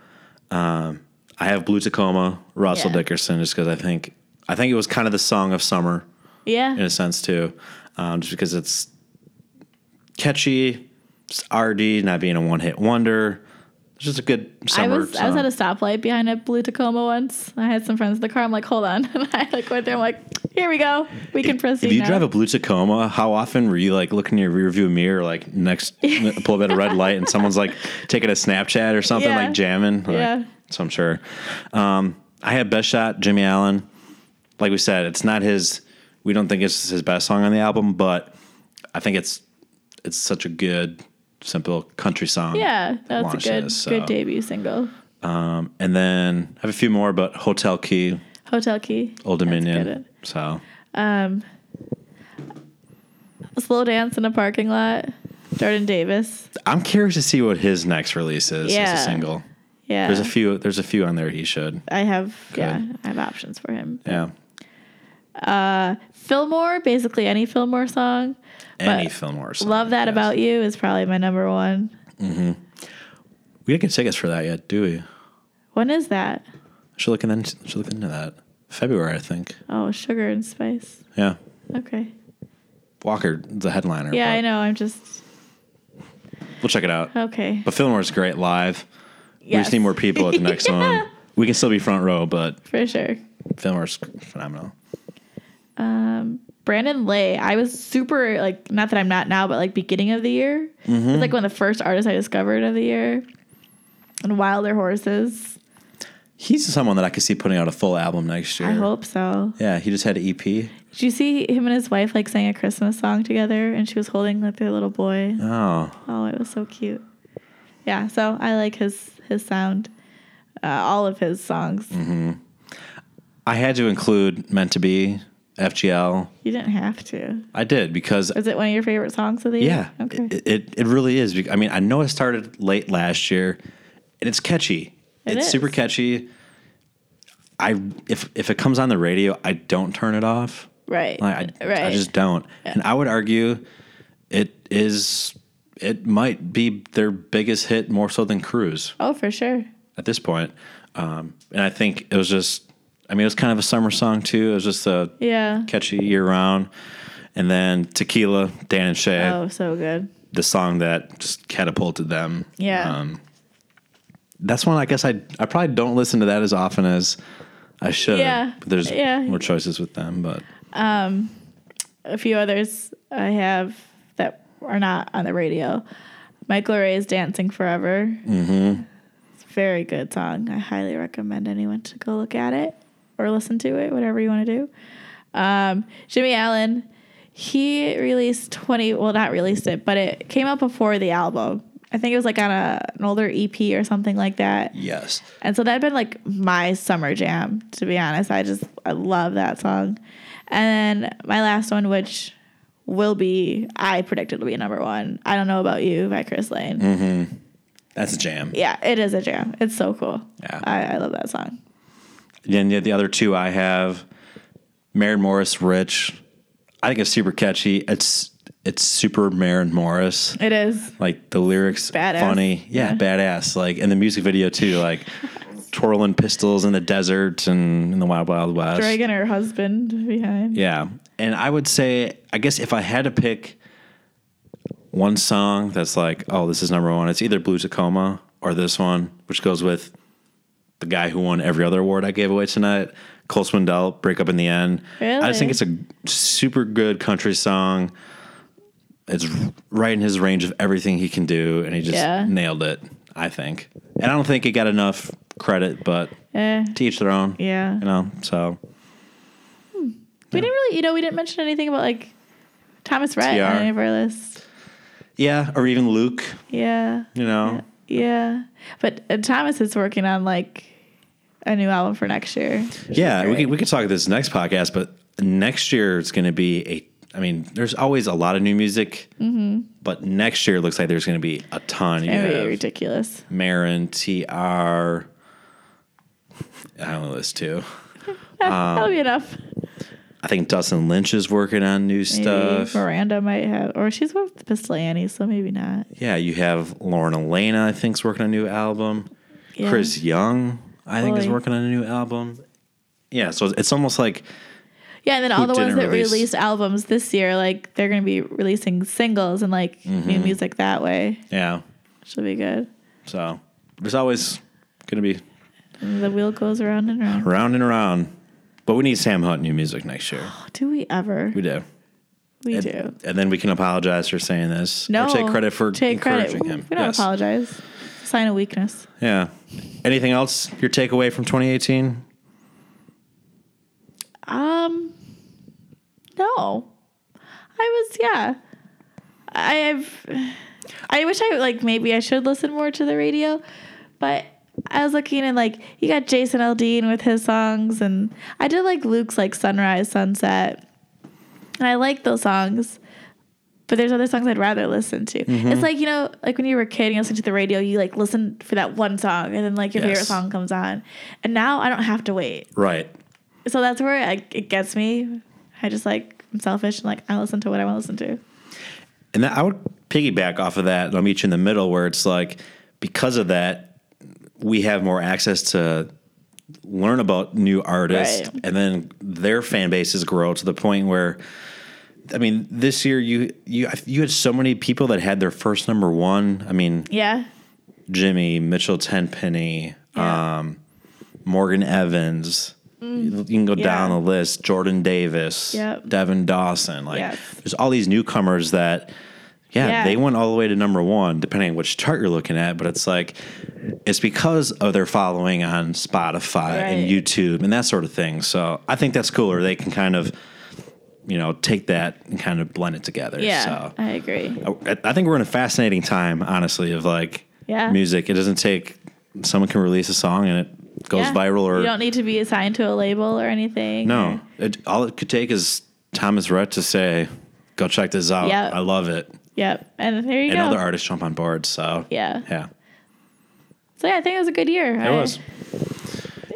Speaker 1: um, I have Blue Tacoma, Russell
Speaker 2: Yeah.
Speaker 1: Dickerson, just because I think I think it was kind of the song of summer
Speaker 2: Yeah.
Speaker 1: in a sense too, um, just because it's catchy, it's RD, not being a one hit wonder. It's just a good
Speaker 2: I
Speaker 1: summer.
Speaker 2: was I was
Speaker 1: song.
Speaker 2: at a stoplight behind a blue Tacoma once. I had some friends in the car. I'm like, hold on, and I like went there. I'm like, here we go. We can proceed.
Speaker 1: If you
Speaker 2: now.
Speaker 1: drive a blue Tacoma, how often were you like looking in your rearview mirror, like next pull up at a red light, and someone's like taking a Snapchat or something,
Speaker 2: Yeah.
Speaker 1: like jamming? Like,
Speaker 2: Yeah.
Speaker 1: So I'm sure. Um, I had best shot Jimmy Allen. Like we said, it's not his. We don't think it's his best song on the album, but I think it's it's such a good, simple country song.
Speaker 2: yeah, that's a
Speaker 1: launch
Speaker 2: good
Speaker 1: this, so.
Speaker 2: good debut single.
Speaker 1: Um, and then I have a few more, but Hotel Key,
Speaker 2: Hotel Key.
Speaker 1: Old
Speaker 2: That's
Speaker 1: Dominion.
Speaker 2: good.
Speaker 1: So
Speaker 2: Um, slow dance in a parking lot. Jordan Davis.
Speaker 1: I'm curious to see what his next release is
Speaker 2: Yeah.
Speaker 1: as a single.
Speaker 2: Yeah,
Speaker 1: There's a few. There's a few on there. He should.
Speaker 2: I have
Speaker 1: Good.
Speaker 2: yeah, I have options for him.
Speaker 1: Yeah.
Speaker 2: Fillmore, basically any Fillmore song.
Speaker 1: Any
Speaker 2: But
Speaker 1: Fillmore. Song,
Speaker 2: Love that
Speaker 1: yes.
Speaker 2: about you is probably my number one.
Speaker 1: We didn't get tickets for that yet, do we? I
Speaker 2: When is that?
Speaker 1: Should look into. Should look into that. February, I think.
Speaker 2: Oh, sugar and spice.
Speaker 1: Yeah.
Speaker 2: Okay.
Speaker 1: Walker, the headliner.
Speaker 2: Yeah,
Speaker 1: but
Speaker 2: I know. I'm just
Speaker 1: We'll check it out.
Speaker 2: okay.
Speaker 1: But Fillmore's great live. We
Speaker 2: Yes.
Speaker 1: just need more people at the next
Speaker 2: Yeah,
Speaker 1: one. We can still be front row, but
Speaker 2: For sure.
Speaker 1: Fillmore's phenomenal.
Speaker 2: Brandon Lay, I was super like not that I'm not now, but like beginning of the year.
Speaker 1: Mm-hmm.
Speaker 2: It's like one of the first artists I discovered of the year. And Wilder Horses.
Speaker 1: He's someone that I could see putting out a full album next year.
Speaker 2: I hope so.
Speaker 1: Yeah, he just had an E EP.
Speaker 2: Did you see him and his wife like sang a Christmas song together and she was holding like their little boy?
Speaker 1: Oh,
Speaker 2: Oh, it was so cute. Yeah, so I like his his sound. Uh, all of his songs.
Speaker 1: Mm-hmm. I had to include "Meant to Be," FGL.
Speaker 2: You didn't have to.
Speaker 1: I did because
Speaker 2: Is it one of your favorite songs of the
Speaker 1: Yeah,
Speaker 2: year? Okay.
Speaker 1: it, it it really is. bec- I mean, I know it started late last year, and it's catchy.
Speaker 2: It
Speaker 1: it's
Speaker 2: is.
Speaker 1: super catchy. I if if it comes on the radio, I don't turn it off.
Speaker 2: right.
Speaker 1: Like, I,
Speaker 2: right.
Speaker 1: I just don't. And I would argue, it is. It might be their biggest hit more so than Cruise
Speaker 2: oh, for sure.
Speaker 1: at this point. Um, and I think it was just. I mean, it was kind of a summer song too. It was just a
Speaker 2: Yeah.
Speaker 1: catchy year round. And then Tequila, Dan and Shay
Speaker 2: Oh, so good.
Speaker 1: the song that just catapulted them. Um,
Speaker 2: Yeah.
Speaker 1: that's one I guess I I probably don't listen to that as often as I should.
Speaker 2: Yeah.
Speaker 1: But there's
Speaker 2: Yeah.
Speaker 1: more choices with them, but
Speaker 2: a few others I have that are not on the radio. Michael Ray's Dancing Forever. Mm-hmm. It's a very good song. I highly recommend anyone to go look at it or listen to it, whatever you want to do. Um, Jimmy Allen, he released 20, well, not released it, but it came out before the album. I think it was like on a, an older EP or something like that.
Speaker 1: yes.
Speaker 2: And so that had been like my summer jam, to be honest. I just I love that song. And then my last one, which will be I predicted will be number one. I don't know about you by Chris Lane.
Speaker 1: Mm. That's a jam.
Speaker 2: Yeah, it is a jam. It's so cool.
Speaker 1: Yeah.
Speaker 2: I, I love that song.
Speaker 1: Then the- the other two I have Maren Morris Rich. I think it's super catchy. It's it's super Maren Morris.
Speaker 2: It is.
Speaker 1: Like the lyrics
Speaker 2: Badass.
Speaker 1: funny. Yeah, badass. Like and the music video too, like twirling pistols in the desert and in the wild wild west.
Speaker 2: Dragging her husband behind.
Speaker 1: Yeah. And I would say, I guess if I had to pick one song that's like, oh, this is number one, it's either Blue Tacoma or this one, which goes with the guy who won every other award I gave away tonight, Cole Swindell, Break Up in the End. I just think it's a super good country song. It's right in his range of everything he can do, and he just
Speaker 2: Yeah.
Speaker 1: nailed it, I think. And I don't think it got enough credit, but
Speaker 2: Eh,
Speaker 1: to each their own.
Speaker 2: yeah.
Speaker 1: You know, so
Speaker 2: We didn't really you know, we didn't mention anything about like Thomas Rhett
Speaker 1: TR.
Speaker 2: on any of our list.
Speaker 1: yeah, or even Luke,
Speaker 2: Yeah.
Speaker 1: you know.
Speaker 2: Yeah. But uh, Thomas is working on like a new album for next year.
Speaker 1: Yeah, we
Speaker 2: Right.
Speaker 1: could, we could talk this next podcast, but next year it's going to be a. I mean, there's always a lot of new music,
Speaker 2: Mm-hmm.
Speaker 1: but next year it looks like there's going to be a ton. You
Speaker 2: It'd be
Speaker 1: have
Speaker 2: ridiculous.
Speaker 1: Marin, TR. I only list two. Um,
Speaker 2: That'll be enough.
Speaker 1: I think Dustin Lynch is working on new
Speaker 2: Maybe
Speaker 1: stuff.
Speaker 2: Miranda might have, or she's with Pistol Annie, so maybe not.
Speaker 1: Yeah, you have Lauren Elena. I think's working on a new album.
Speaker 2: Yeah.
Speaker 1: Chris Young, I think, is
Speaker 2: Boy.
Speaker 1: working on a new album. Yeah, so it's almost like
Speaker 2: Yeah, and then all the ones
Speaker 1: didn't
Speaker 2: that
Speaker 1: release-
Speaker 2: released albums this year, like they're gonna be
Speaker 1: Mm-hmm.
Speaker 2: releasing singles and like new music that way.
Speaker 1: yeah.
Speaker 2: Should be good.
Speaker 1: So there's always going to be
Speaker 2: The wheel goes around and around.
Speaker 1: round and around. But we need Sam Hunt new music next year.
Speaker 2: Do we ever?
Speaker 1: We do.
Speaker 2: We
Speaker 1: and,
Speaker 2: do.
Speaker 1: And then we can apologize for saying this.
Speaker 2: No.
Speaker 1: Or take credit for
Speaker 2: take credit.
Speaker 1: encouraging him.
Speaker 2: We don't
Speaker 1: Yes.
Speaker 2: apologize. Sign of weakness.
Speaker 1: Yeah. Anything else? Your takeaway from 2018?
Speaker 2: Um, no, I was yeah. I- I've I wish I like maybe I should listen more to the radio, but I was looking and like you got Jason Aldean with his songs, and I did like Luke's like Sunrise Sunset, and I like those songs. But there's other songs I'd rather listen to. It's like you know, like when you were a kid and you listen to the radio, you like listen for that one song, and then like your favorite
Speaker 1: Yes.
Speaker 2: song comes on. And now I don't have to wait
Speaker 1: Right.
Speaker 2: so that's where it, it gets me. I just like I'm selfish and like I listen to what I want to listen to.
Speaker 1: And that, I would piggyback off of that. And I'll meet you in the middle where it's like, because of that, we have more access to learn about new artists.
Speaker 2: Right.
Speaker 1: And then their fan bases grow to the point where, I mean, this year you you you had so many people that had their first number one. I mean,
Speaker 2: Yeah,
Speaker 1: Jimmy Mitchell Tenpenny,
Speaker 2: Yeah. Mm.
Speaker 1: um, Morgan Evans. You you can go down
Speaker 2: Yeah.
Speaker 1: the list. Jordan Davis,
Speaker 2: Yep.
Speaker 1: Devin Dawson. Like,
Speaker 2: Yes.
Speaker 1: there's all these newcomers that, yeah,
Speaker 2: Yeah.
Speaker 1: they went all the way to number one, depending on which chart you're looking at. But it's like, it's because of their following on Spotify and
Speaker 2: Right.
Speaker 1: YouTube and that sort of thing. So I think that's cooler. They can kind of, you know, take that and kind of blend it together.
Speaker 2: yeah,
Speaker 1: So
Speaker 2: I agree.
Speaker 1: I I think we're in a fascinating time, honestly, of like
Speaker 2: Yeah.
Speaker 1: music. It doesn't take someone can release a song and it goes
Speaker 2: Yeah.
Speaker 1: viral
Speaker 2: you
Speaker 1: or
Speaker 2: don't need to be assigned to a label or anything.
Speaker 1: no. It, all it could take is Thomas Rhett to say, "Go check this out.
Speaker 2: Yeah.
Speaker 1: I love it,"
Speaker 2: Yep, and there you
Speaker 1: and
Speaker 2: go.
Speaker 1: other artists jump on board. So
Speaker 2: Yeah.
Speaker 1: yeah,
Speaker 2: So yeah, I think it was a good year.
Speaker 1: it was.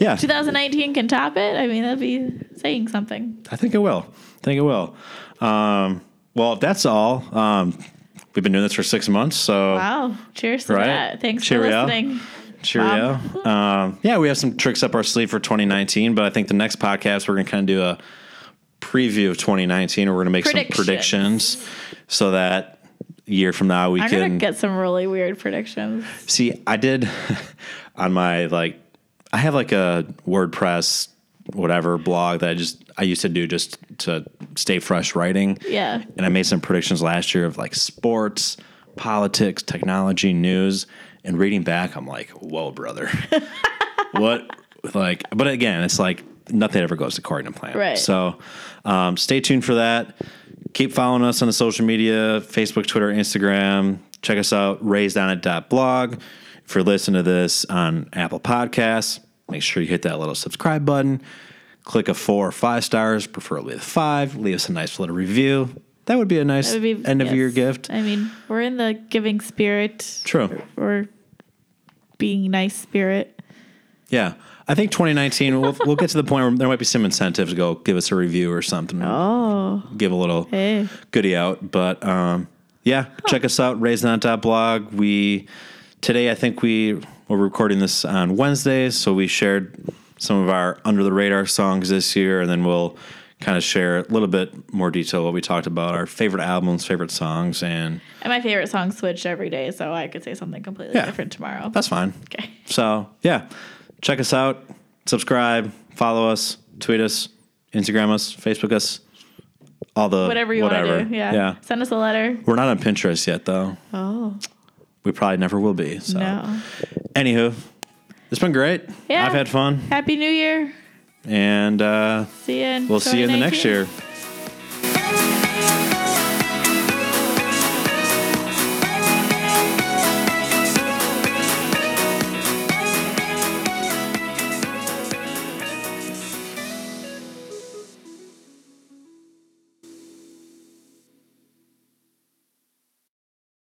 Speaker 1: Yeah,
Speaker 2: 2019 can top it. I mean, that'd be saying something.
Speaker 1: I think it will. I think it will. Um, well, if that's all, um, we've been doing this for six months, so
Speaker 2: Wow. Cheers to
Speaker 1: Right.
Speaker 2: that. Thanks
Speaker 1: Cheerio.
Speaker 2: for listening.
Speaker 1: Cheerio. Um, yeah, we have some tricks up our sleeve for 2019, but I think the next podcast we're going to kind of do a preview of 2019, and we're going to make some
Speaker 2: Predictions.
Speaker 1: predictions so that a year from now we
Speaker 2: I'm
Speaker 1: can
Speaker 2: gonna get some really weird predictions.
Speaker 1: see. I did on my like, I have like a WordPress whatever blog that I just I used to do just to stay fresh writing.
Speaker 2: Yeah.
Speaker 1: And I made some predictions last year of like sports, politics, technology, news, and reading back, I'm like, whoa, brother. what? Like, but again, it's like nothing ever goes according to plan.
Speaker 2: Right.
Speaker 1: So um, stay tuned for that. Keep following us on the social media Facebook, Twitter, Instagram. Check us out, raisedonit.blog. If you're listening to this on Apple Podcasts, make sure you hit that little subscribe button click a four or five stars, preferably the five. Leave us a nice little review. That would be a nice
Speaker 2: It would be
Speaker 1: end of
Speaker 2: yes.
Speaker 1: year gift.
Speaker 2: I mean, we're in the giving spirit.
Speaker 1: True.
Speaker 2: or being nice spirit.
Speaker 1: Yeah. I think 2019, we'll, we'll get to the point where there might be some incentive to go give us a review or something,
Speaker 2: Oh,
Speaker 1: give a little
Speaker 2: hey.
Speaker 1: goodie out. But um, yeah, check us out, blog. We today, I think we were recording this on Wednesdays, so we shared some of our under the radar songs this year, and then we'll kind of share a little bit more detail what we talked about, our favorite albums, favorite songs, and
Speaker 2: And my favorite song switched every day, so I could say something completely
Speaker 1: Yeah.
Speaker 2: different tomorrow.
Speaker 1: that's fine.
Speaker 2: okay.
Speaker 1: So yeah, check us out, subscribe, follow us, tweet us, Instagram us, Facebook us, all the
Speaker 2: Whatever you want to do. Yeah.
Speaker 1: yeah.
Speaker 2: Send us a letter.
Speaker 1: We're not on Pinterest yet though.
Speaker 2: Oh,
Speaker 1: We probably never will be. So
Speaker 2: no.
Speaker 1: anywho, it's been great.
Speaker 2: Yeah.
Speaker 1: I've had fun,
Speaker 2: Happy New Year.
Speaker 1: and uh,
Speaker 2: See you in
Speaker 1: we'll see you in the next
Speaker 2: 2019.
Speaker 1: year.